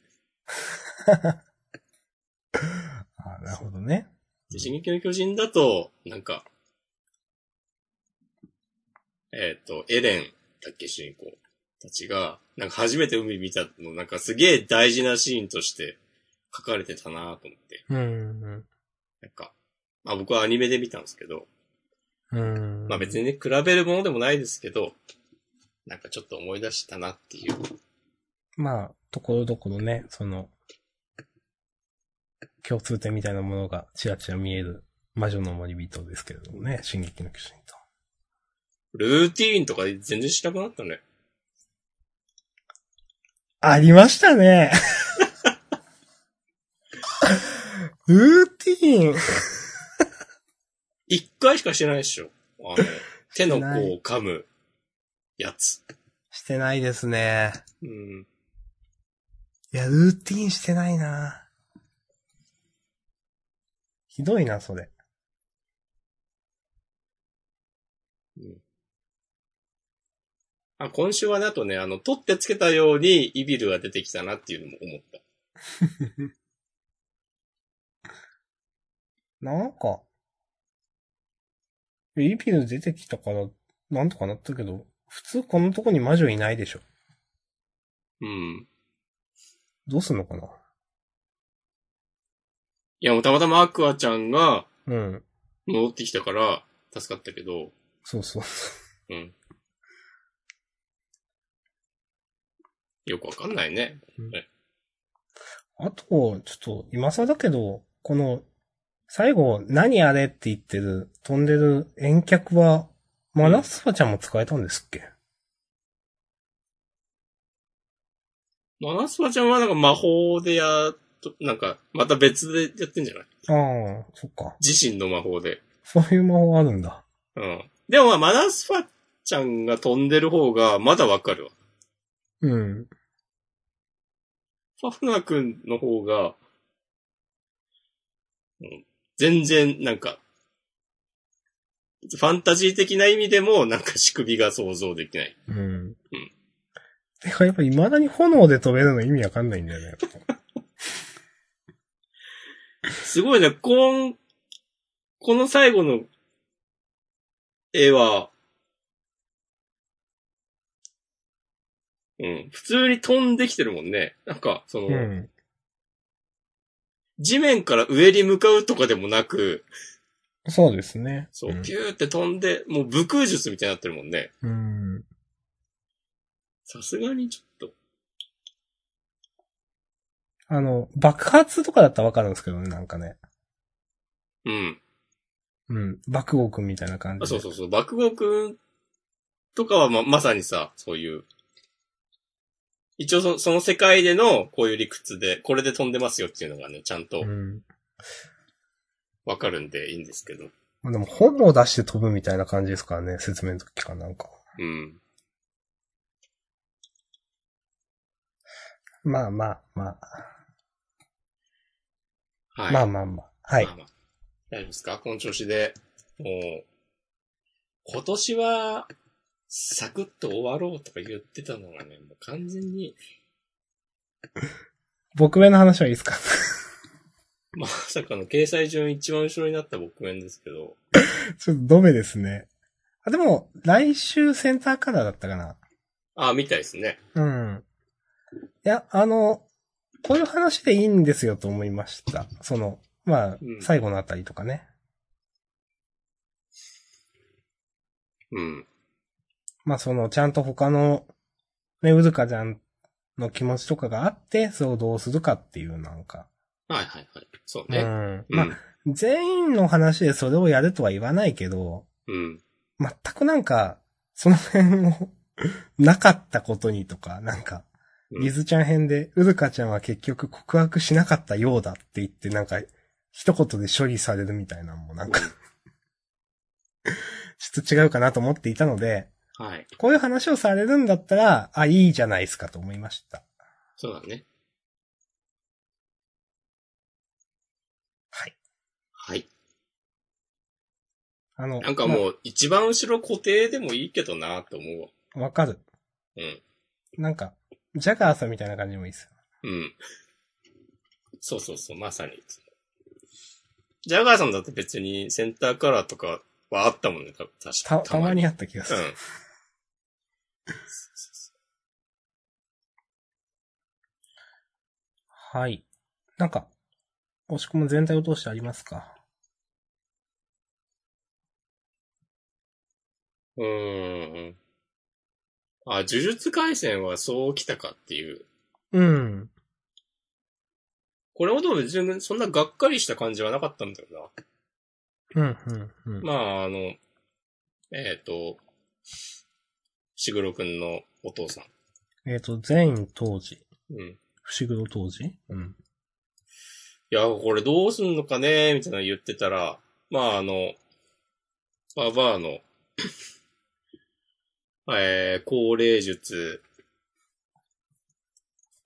Speaker 2: あなるほどね。
Speaker 1: で進撃の巨人だと、なんか、えっ、と、エレンだっけ主人公たちが、なんか初めて海見たの、なんかすげえ大事なシーンとして書かれてたなと思って。
Speaker 2: うん。
Speaker 1: なんか、まあ僕はアニメで見たんですけど、
Speaker 2: うん。
Speaker 1: まあ別にね、比べるものでもないですけど、なんかちょっと思い出したなっていう。
Speaker 2: まあ、ところどころね、その、共通点みたいなものがちらちら見える魔女の森人ですけれどもね、進撃の巨人と。
Speaker 1: ルーティーンとか全然しなくなったね。
Speaker 2: ありましたねルーティーン
Speaker 1: 一回しかしてないでしょ。あの、手の甲を噛むやつ。
Speaker 2: してないですね。
Speaker 1: うん。
Speaker 2: いや、ルーティーンしてないなひどいな、それ。
Speaker 1: あ、今週はね、あとね、あの、取ってつけたようにイビルが出てきたなっていうのも思った。
Speaker 2: なんか、イビル出てきたから、なんとかなったけど、普通このとこに魔女いないでしょ。
Speaker 1: うん。
Speaker 2: どうすんのかない
Speaker 1: や、もうたまたまアクアちゃんが
Speaker 2: うん。
Speaker 1: 戻ってきたから助かったけど、
Speaker 2: そうそう。
Speaker 1: うん。よくわかんないね。
Speaker 2: あと、ちょっと、今更だけど、この、最後、何あれって言ってる、飛んでる遠脚は、マナスファちゃんも使えたんですっけ
Speaker 1: マナスマちゃんはなんか魔法でやっと、なんか、また別でやってんじゃない
Speaker 2: ああ、そっか。
Speaker 1: 自身の魔法で。
Speaker 2: そういう魔法あるんだ。
Speaker 1: うん。でもまあ、マナスファちゃんが飛んでる方がまだわかるわ。
Speaker 2: うん。
Speaker 1: ファフナ君の方が、うん、全然なんか、ファンタジー的な意味でもなんか仕組みが想像できない。
Speaker 2: うん。うん。てか、やっぱ未だに炎で飛べるの意味わかんないんだよね。
Speaker 1: すごいね、こん、この最後の絵は、うん、普通に飛んできてるもんね。なんか、その、
Speaker 2: うん。
Speaker 1: 地面から上に向かうとかでもなく、
Speaker 2: そうですね。
Speaker 1: そう、
Speaker 2: ん
Speaker 1: ピューって飛んで、もう武空術みたいになってるもんね。
Speaker 2: うん。
Speaker 1: さすがにちょっと。
Speaker 2: あの、爆発とかだったらわかるんですけどね、なんかね。
Speaker 1: うん。
Speaker 2: うん。爆豪くんみたいな感じで。
Speaker 1: あそうそうそう。爆豪くんとかはま、まさにさ、そういう。一応そ、その世界でのこういう理屈で、これで飛んでますよっていうのがね、ちゃんと
Speaker 2: うん。
Speaker 1: わかるんでいいんですけど。
Speaker 2: まあでも、本を出して飛ぶみたいな感じですからね、説明の時かなんか。
Speaker 1: うん。
Speaker 2: まあまあまあ。
Speaker 1: はい。
Speaker 2: まあまあまあ。はい
Speaker 1: ま。あまあ大丈夫ですかこの調子で。もう、今年は、サクッと終わろうとか言ってたのがね、もう完全に、
Speaker 2: 僕への話はいいですか
Speaker 1: まさかの掲載順一番後ろになった僕面ですけど、
Speaker 2: ちょっとドメですね。あ、でも、来週センターカラーだったかな。
Speaker 1: あ、みたいですね。
Speaker 2: うん。いや、あの、こういう話でいいんですよと思いました。その、まあ
Speaker 1: うん、
Speaker 2: 最後のあたりとかね。
Speaker 1: うん。
Speaker 2: まあその、ちゃんと他の、ね、うずかちゃんの気持ちとかがあって、それをどうするかっていうなんか。
Speaker 1: はいはいはい。そう
Speaker 2: う
Speaker 1: ね。
Speaker 2: ん。
Speaker 1: うん。
Speaker 2: まあ、全員の話でそれをやるとは言わないけど、
Speaker 1: うん。
Speaker 2: 全くなんか、その辺を、 なかったことにとか、なんか、
Speaker 1: うん
Speaker 2: リズちゃん編で、うるかちゃんは結局告白しなかったようだって言って、なんか、一言で処理されるみたいなのも、なんか、ちょっと違うかなと思っていたので、
Speaker 1: はい。
Speaker 2: こういう話をされるんだったら、あ、いいじゃないですかと思いました。
Speaker 1: そうだね。
Speaker 2: はい。
Speaker 1: はい。
Speaker 2: あの、
Speaker 1: なんかもう、一番後ろ固定でもいいけどなと思うわ。
Speaker 2: まあわかる。
Speaker 1: うん。
Speaker 2: なんか、ジャガーさんみたいな感じでもいいですよ。
Speaker 1: うん。そうそうそう、まさに。ジャガーさんだって別にセンターカラーとかはあったもんね、た確か
Speaker 2: た、たまにあった気がす
Speaker 1: う
Speaker 2: る。
Speaker 1: ん。
Speaker 2: はい。なんか、押し込む全体を通してありますか
Speaker 1: うーん。あ、呪術回戦はそう来たかっていう。
Speaker 2: うん。
Speaker 1: これほど別にそんながっかりした感じはなかったんだよ
Speaker 2: うん、うん、うん
Speaker 1: な。。まあ、あの、えっ、と、しぐろくんのお父さん。
Speaker 2: えっ、と、全員当時。
Speaker 1: うん。い
Speaker 2: 伏黒当時うん。
Speaker 1: や、これどうすんのかねみたいなの言ってたら、まあ、あの、ババアの、えー、高齢術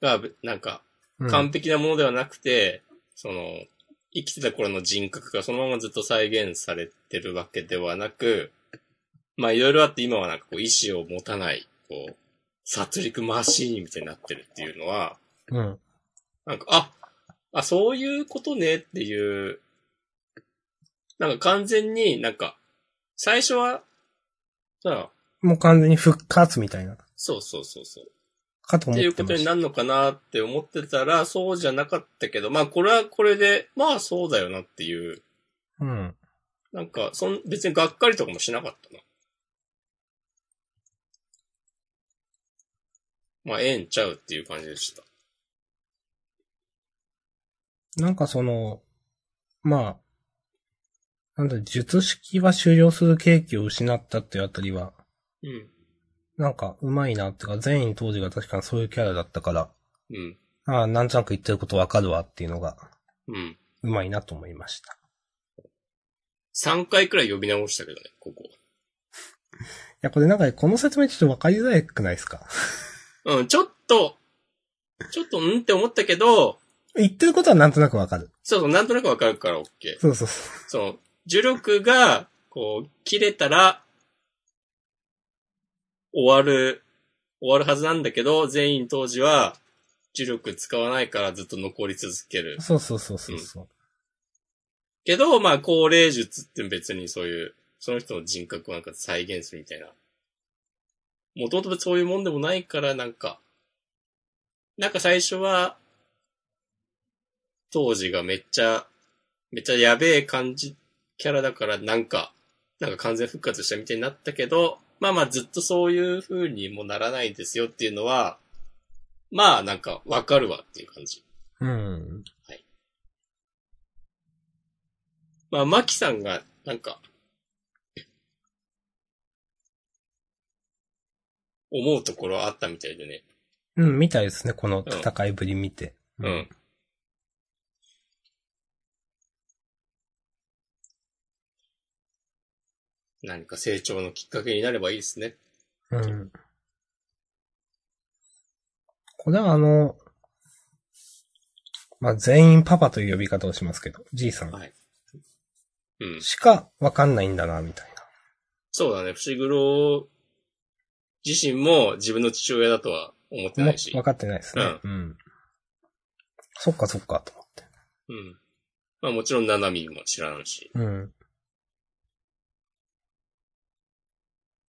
Speaker 1: が、なんか、完璧なものではなくて、その、生きてた頃の人格がそのままずっと再現されてるわけではなく、まあいろいろあって今はなんかこう意志を持たない、こう、殺戮マシーンみたいになってるっていうのは、
Speaker 2: うん。
Speaker 1: なんか、あ、あ、そういうことねっていう、なんか完全になんか、最初は、さ、
Speaker 2: もう完全に復活みたいな。
Speaker 1: そうそうそうそう。
Speaker 2: かと
Speaker 1: っ
Speaker 2: 思
Speaker 1: てい
Speaker 2: っ
Speaker 1: う
Speaker 2: て
Speaker 1: こ
Speaker 2: ま
Speaker 1: とに
Speaker 2: した。
Speaker 1: なるのかなって思ってたら、そうじゃなかったけど、まあこれはこれで、まあそうだよなっていう、
Speaker 2: うん。
Speaker 1: なんか、そん、別にがっかりとかもしなかったな。まあ、ええんちゃうっていう感じでした。
Speaker 2: なんかその、まあ、なんだ、術式は終了する契機を失ったっていうあたりは、
Speaker 1: うん。
Speaker 2: なんかうまいなっていうか、全員当時が確かにそういうキャラだったから、
Speaker 1: うん。
Speaker 2: ああ、なんとなく言ってることわかるわっていうのが、
Speaker 1: うん。
Speaker 2: うまいなと思いました。
Speaker 1: 3回くらい呼び直したけどね、ここ。
Speaker 2: いや、これなんか、この説明ちょっとわかりづらくないですか
Speaker 1: うん、ちょっと、ちょっと、うんって思ったけど、
Speaker 2: 言ってることはなんとなくわかる。
Speaker 1: そうそう、なんとなくわかるから OK。
Speaker 2: そうそうそ
Speaker 1: その、呪力が、こう、切れたら、終わる、終わるはずなんだけど、全員当時は、呪力使わないからずっと残り続ける
Speaker 2: う。。そうそうそうそうそう。
Speaker 1: けど、まあ、高齢術って別にそういう、その人の人格をなんか再現するみたいな。もともとそういうもんでもないから、なんか、なんか最初は、当時がめっちゃ、めっちゃやべえ感じ、キャラだから、なんか、なんか完全復活したみたいになったけど、まあまあずっとそういう風にもならないですよっていうのは、まあなんかわかるわっていう感じ。
Speaker 2: うん。
Speaker 1: まあ、マキさんが、なんか、思うところはあったみたいでね。
Speaker 2: うん、みたいですね、この戦いぶり見て。
Speaker 1: うん。何か成長のきっかけになればいいですね。
Speaker 2: うん。これはあの、まあ、全員パパという呼び方をしますけど、じいさん
Speaker 1: はい。うん。
Speaker 2: しかわかんないんだな、みたい
Speaker 1: そうだね。伏黒自身も自分の父親だとは思って
Speaker 2: な。
Speaker 1: な
Speaker 2: も
Speaker 1: いし。
Speaker 2: わかってないですね。うん。そっかそっか、と思って。
Speaker 1: うん。まあもちろん、ナナミも知らんし。
Speaker 2: うん。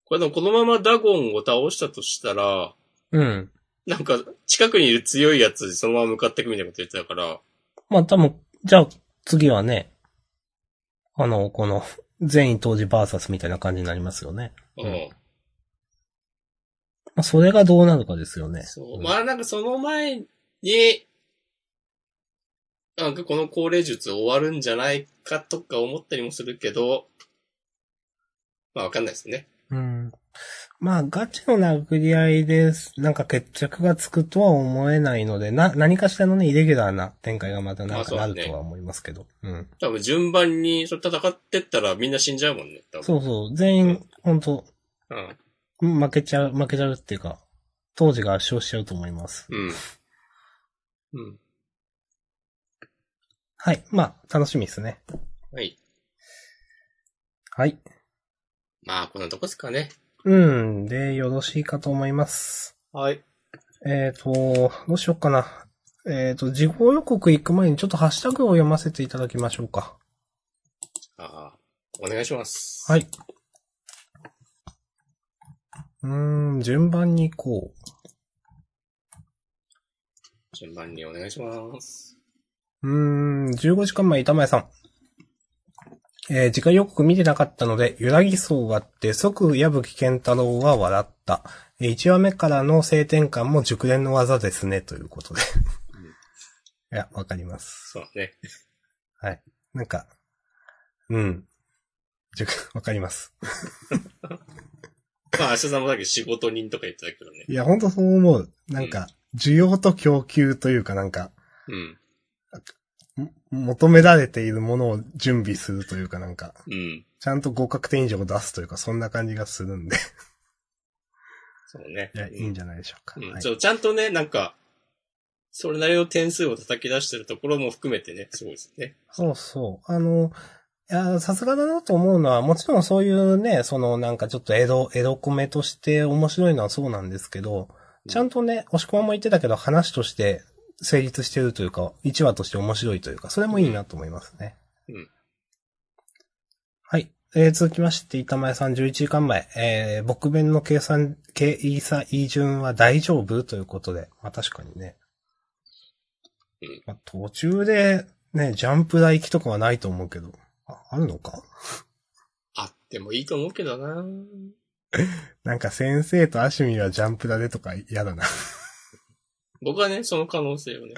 Speaker 1: これでもこのままダゴンを倒したとしたら、
Speaker 2: うん。
Speaker 1: なんか、近くにいる強いやつにそのまま向かってくみたいなこと言ってたから、
Speaker 2: まあ、多分、じゃあ、次はね、あの、この、 全員当時バーサスみたいな感じになりますよね。
Speaker 1: う
Speaker 2: うん
Speaker 1: ん。
Speaker 2: まあ、それがどうなるかですよね。
Speaker 1: そう。
Speaker 2: うん
Speaker 1: まあなんかその前に、なんかこの高齢術終わるんじゃないかとか思ったりもするけど、まあわかんないですね。
Speaker 2: うん。まあ、ガチの殴り合いです。なんか決着がつくとは思えないので、な、何かしらのね、イレギュラーな展開がまたなんか
Speaker 1: まあそう
Speaker 2: なる
Speaker 1: ですね
Speaker 2: とは思いますけど。うん。
Speaker 1: 多分順番にそれ戦ってったらみんな死んじゃうもんね。多分
Speaker 2: そうそう。全員、ほんと、
Speaker 1: うん。
Speaker 2: 負けちゃう、負けちゃうっていうか、当時が圧勝しちゃうと思います。
Speaker 1: うん。うん。
Speaker 2: はい。まあ、楽しみですね。
Speaker 1: はい。
Speaker 2: はい。
Speaker 1: まあこんなとこですかね。
Speaker 2: うん。で、よろしいかと思います。
Speaker 1: はい。
Speaker 2: えっ、と、どうしようかな。えっ、と、事後予告行く前にちょっとハッシュタグを読ませていただきましょうか。
Speaker 1: ああ、お願いします。
Speaker 2: はい。うーん、順番に行こ
Speaker 1: 順番にお願いします。
Speaker 2: う。うーん、15時間前、板前さん。えー次回予告見てなかったので、揺らぎそうがあって、即矢吹健太郎は笑った。えー、1話目からの性転換も熟練の技ですね、ということで。いや、わかります。
Speaker 1: そうだね。
Speaker 2: なんか、うん。熟、 わかります。
Speaker 1: まあ明日さんもだけど仕事人とか言ってたけどね。
Speaker 2: いや、ほんとそう思う。なんか、需要と供給というかなんか、
Speaker 1: うん。
Speaker 2: 求められているものを準備するというかなんか、
Speaker 1: うん。
Speaker 2: ちゃんと合格点以上を出すというか、そんな感じがするんで。
Speaker 1: そうね。
Speaker 2: いや、いいんじゃないでしょうか。
Speaker 1: うん
Speaker 2: はい
Speaker 1: そう、ちゃんとね、なんか、それなりの点数を叩き出してるところも含めてね、すごいですね。
Speaker 2: そうそう。あの、いや、さすがだなと思うのは、もちろんそういうね、そのなんかちょっと江戸、江戸米として面白いのはそうなんですけど、ちゃんとね、押し込まんも言ってたけど、話として成立してるというか、1話として面白いというか、それもいいなと思いますね。
Speaker 1: うん
Speaker 2: はい。えー続きまして、板前さん11時間前、えー、僕弁の計算、計、いさ、い順は大丈夫ということで、まあ確かにね。
Speaker 1: うん
Speaker 2: まあ、途中で、ね、ジャンプ台行きとかはないと思うけど、あ、あるのか
Speaker 1: あってもいいと思うけどな
Speaker 2: なんか先生とアシュミはジャンプ台でとか嫌だな。
Speaker 1: 僕はね、その可能性をね、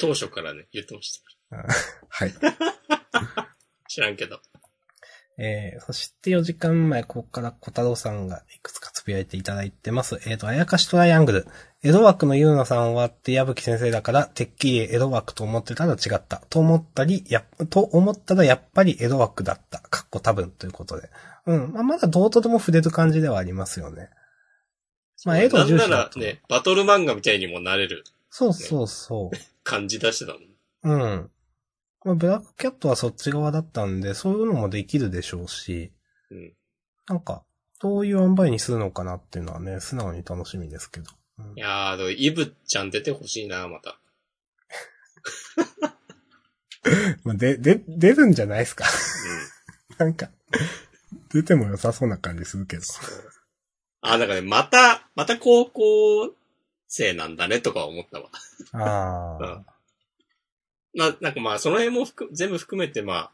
Speaker 1: 当初からね、言ってました。
Speaker 2: はい。
Speaker 1: 知らんけど。
Speaker 2: えー、そして4時間前、ここから小太郎さんがいくつかつぶやいていただいてます。えーと、あやかしトライアングル。江戸枠のゆうなさん終わって矢吹先生だから、てっきり江戸枠と思ってたら違った。と思ったり、やっ、と思ったらやっぱり江戸枠だった。かっこ多分ということで。うん。まあ、まだどうとでも触れる感じではありますよね。まあ、江戸
Speaker 1: なん
Speaker 2: 重視
Speaker 1: な
Speaker 2: だ
Speaker 1: ら
Speaker 2: と。
Speaker 1: ね、バトル漫画みたいにもなれる
Speaker 2: そうそうそう。
Speaker 1: 感じ出してたもん。
Speaker 2: うん。まあ、ブラックキャットはそっち側だったんで、そういうのもできるでしょうし、
Speaker 1: うん
Speaker 2: なんか、どういう塩梅にするのかなっていうのはね、素直に楽しみですけど。うん
Speaker 1: いやー、でもイブちゃん出てほしいなまた。
Speaker 2: まあ、で、で、出るんじゃないですか。
Speaker 1: う ん。
Speaker 2: なんか、出ても良さそうな感じするけど。
Speaker 1: そうあ、なんかね、また、また高校生なんだねとか思ったわ。
Speaker 2: あ
Speaker 1: う
Speaker 2: あ
Speaker 1: ん。な、なんかまあ、その辺も含全部含めてまあ、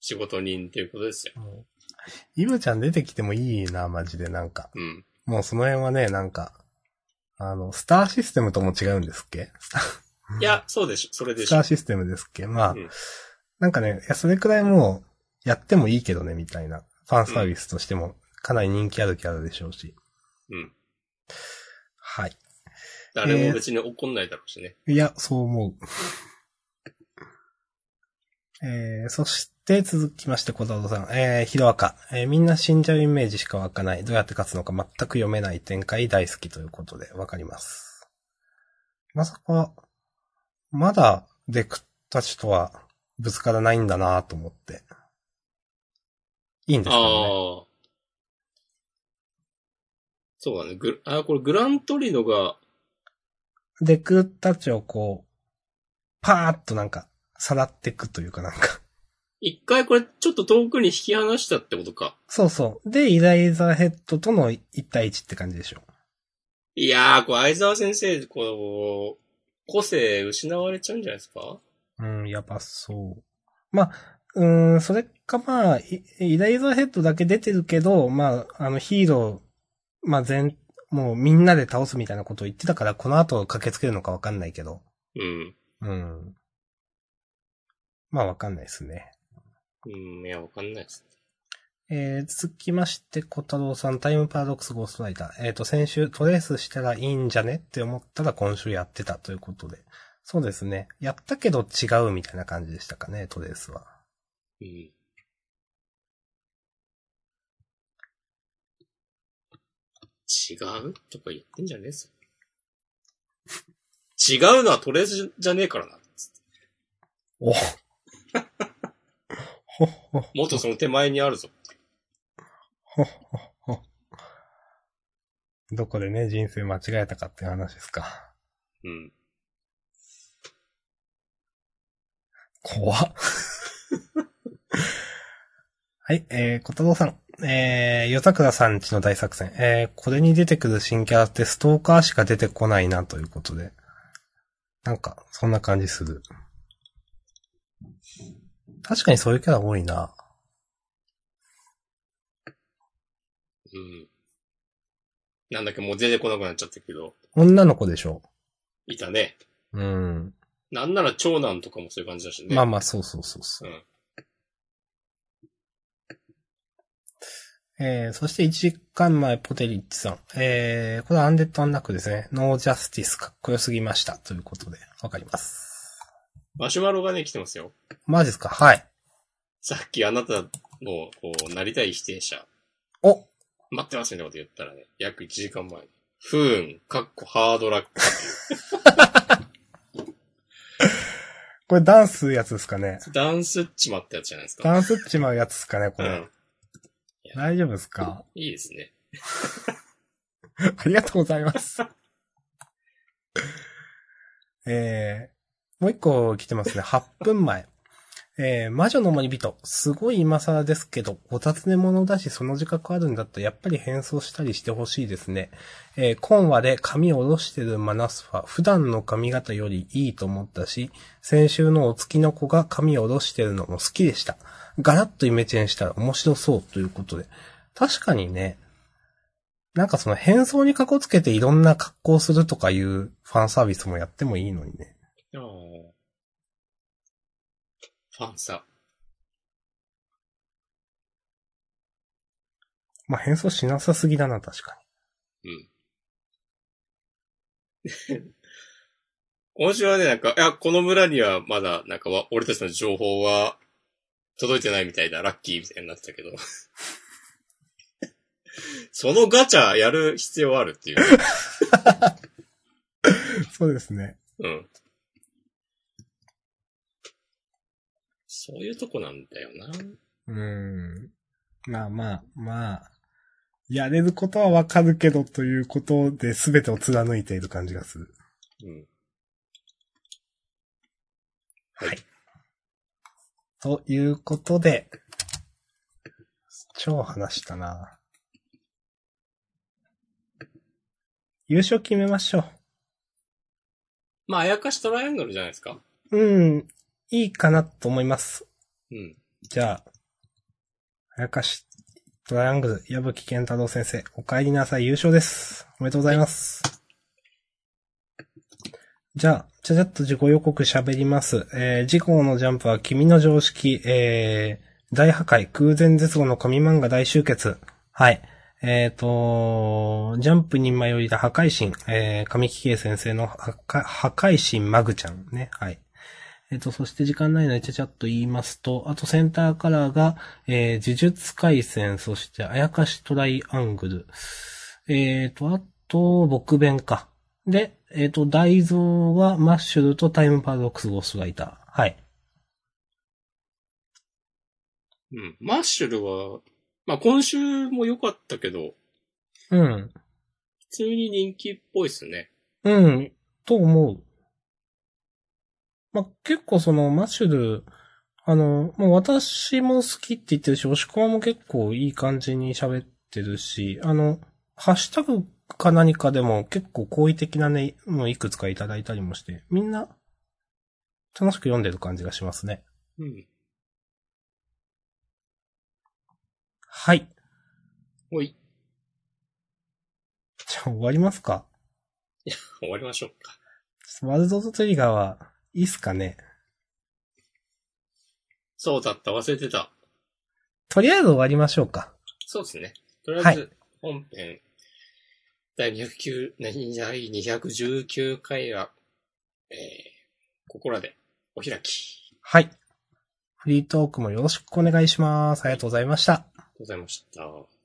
Speaker 1: 仕事人っていうことですよ。
Speaker 2: うんイブちゃん出てきてもいいな、マジで、なんか。
Speaker 1: うん。
Speaker 2: もうその辺はね、なんか、あの、スターシステムとも違うんですっけスタ
Speaker 1: いや、そうでしょ、それで
Speaker 2: ス
Speaker 1: し
Speaker 2: タ
Speaker 1: ょ
Speaker 2: ー。システムですっけまあ、
Speaker 1: うん
Speaker 2: なんかね、いや、それくらいもう、やってもいいけどね、みたいな。ファンサービスとしても、かなり人気あるキャラでしょうし。
Speaker 1: うん。
Speaker 2: はい。
Speaker 1: 誰も別に怒んないだろうしね。
Speaker 2: いや、そう思う。えー、そして、で、続きまして、小沢さん。えー、ヒロアカ。えー、みんな死んじゃうイメージしか湧かない。どうやって勝つのか全く読めない展開大好きということで、わかります。まさか、まだ、デクたちとは、ぶつからないんだなと思って。いいんですかね。
Speaker 1: ああ。そうだね。グあーこれグラントリノが、
Speaker 2: デクたちをこう、パーッとなんか、さらっていくというかなんか。
Speaker 1: 一回これちょっと遠くに引き離したってことか。
Speaker 2: そうそう。で、イライザヘッドとの1対1って感じでしょ。
Speaker 1: いやー、これ相沢先生、こう、個性失われちゃうんじゃないですか
Speaker 2: うん、やばそう。まあ、うーん、それかまあ、イイライザヘッドだけ出てるけど、まあ、あのヒーロー、まあ全、もうみんなで倒すみたいなことを言ってたから、この後駆けつけるのかわかんないけど。
Speaker 1: うん。
Speaker 2: うん。まあわかんないですね。
Speaker 1: うん、いや、わかんないです。
Speaker 2: えー、続きまして、小太郎さん、タイムパラドックスゴーストライター。えっ、と、先週トレースしたらいいんじゃねって思ったら今週やってたということで。そうですね。やったけど違うみたいな感じでしたかね、トレースは。
Speaker 1: うん。違うとか言ってんじゃねえぞ。違うのはトレースじゃねえからな。
Speaker 2: おほっほっ
Speaker 1: もっとその手前にあるぞ。
Speaker 2: ほっほっほ。どこでね、人生間違えたかっていう話ですか。
Speaker 1: うん。
Speaker 2: 怖っはい、えー、小太郎さん。えー、夜桜さんちの大作戦。えー、これに出てくる新キャラってストーカーしか出てこないなということで。なんか、そんな感じする。確かにそういうキャラ多いな。
Speaker 1: うん。なんだっけ、もう出てこなくなっちゃったけど、
Speaker 2: 女の子でしょ。
Speaker 1: いたね。
Speaker 2: うん。
Speaker 1: なんなら長男とかもそういう感じだしね。
Speaker 2: まあまあ、そうそうそうそう。
Speaker 1: うん
Speaker 2: えー、そして1時間前、ポテリッチさん。えー、これはアンデッドアンナックですね。ノージャスティス、かっこよすぎました。ということで、わかります。
Speaker 1: マシュマロがね、来てますよ。
Speaker 2: マジですかはい。
Speaker 1: さっきあなたの、こう、なりたい否定者、
Speaker 2: お
Speaker 1: 待ってますみたいなこと言ったらね、約1時間前に。不運、かっこハードラック。
Speaker 2: これダンスやつですかね
Speaker 1: ダンスっちまったやつじゃないですか。
Speaker 2: ダンスっちまうやつですかねこ
Speaker 1: う
Speaker 2: れ。
Speaker 1: ん。
Speaker 2: 大丈夫ですか
Speaker 1: いいですね。
Speaker 2: ありがとうございます。 えー、もう一個来てますね。8分前。えー、魔女の森人。すごい今更ですけど、お尋ね物だし、その自覚あるんだったら、やっぱり変装したりしてほしいですね。えー、今話で髪を下ろしてるマナスファ、普段の髪型よりいいと思ったし、先週のお月の子が髪を下ろしてるのも好きでした。ガラッとイメチェンしたら面白そうということで。確かにね、なんかその変装にかこつけていろんな格好するとかいうファンサービスもやってもいいのにね。
Speaker 1: あーファンさ。
Speaker 2: まあ、変装しなさすぎだな、確か
Speaker 1: 今週はね、なんか、いや、この村にはまだ、なんかわ、俺たちの情報は届いてないみたいだ、ラッキーみたいになってた けど。そのガチャやる必要あるっていう。
Speaker 2: に。 そうですね。
Speaker 1: うん。そういうとこなんだよな。
Speaker 2: うーん。まあまあ、まあ、やれることはわかるけどということで全てを貫いている感じがする。
Speaker 1: うん。
Speaker 2: ということで、超話したな。優勝決めましょう。
Speaker 1: まあ、あやかしトライアングルじゃないですか。
Speaker 2: うん、いいかなと思います。
Speaker 1: うん。
Speaker 2: じゃあ、あやかし、トライアングル、矢吹健太郎先生、お帰りなさい、優勝です。おめでとうございます。じゃあ、ちゃちゃっと自己予告喋ります。えー、次号のジャンプは君の常識、えー、大破壊、空前絶後の神漫画大集結。はい。えっ、と、ジャンプに迷いだ破壊神、えー、神木圭先生の破壊破壊神マグちゃんね。はい。えっ、と、そして時間ないのでちゃちゃっと言いますと、あとセンターカラーが、えー、呪術回戦、そしてあやかしトライアングル。えっ、と、あと、僕弁か。で、えっ、と、大蔵はマッシュルとタイムパラドックスゴーストライター。はい。
Speaker 1: うん。マッシュルは、まあ今週も良かったけど、
Speaker 2: うん。
Speaker 1: 普通に人気っぽいっすね。
Speaker 2: うん、と思う。まあ、結構その、マッシュル、あの、もう私も好きって言ってるし、押し込みも結構いい感じに喋ってるし、あの、ハッシュタグか何かでも結構好意的なね、もういくつかいただいたりもして、みんな、楽しく読んでる感じがしますね。
Speaker 1: うん。
Speaker 2: はい。
Speaker 1: ほい。
Speaker 2: じゃあ終わりますか。
Speaker 1: 終わりましょうか。
Speaker 2: ワールドトリガーは、いいっすかね。
Speaker 1: そうだった、忘れてた。
Speaker 2: とりあえず終わりましょうか。
Speaker 1: そうですね。とりあえ
Speaker 2: は
Speaker 1: ず、本編、第209、第219回は、えー、ここらでお開き。
Speaker 2: はい。フリートークもよろしくお願いします。ありがとうございました。
Speaker 1: ありがとうございました。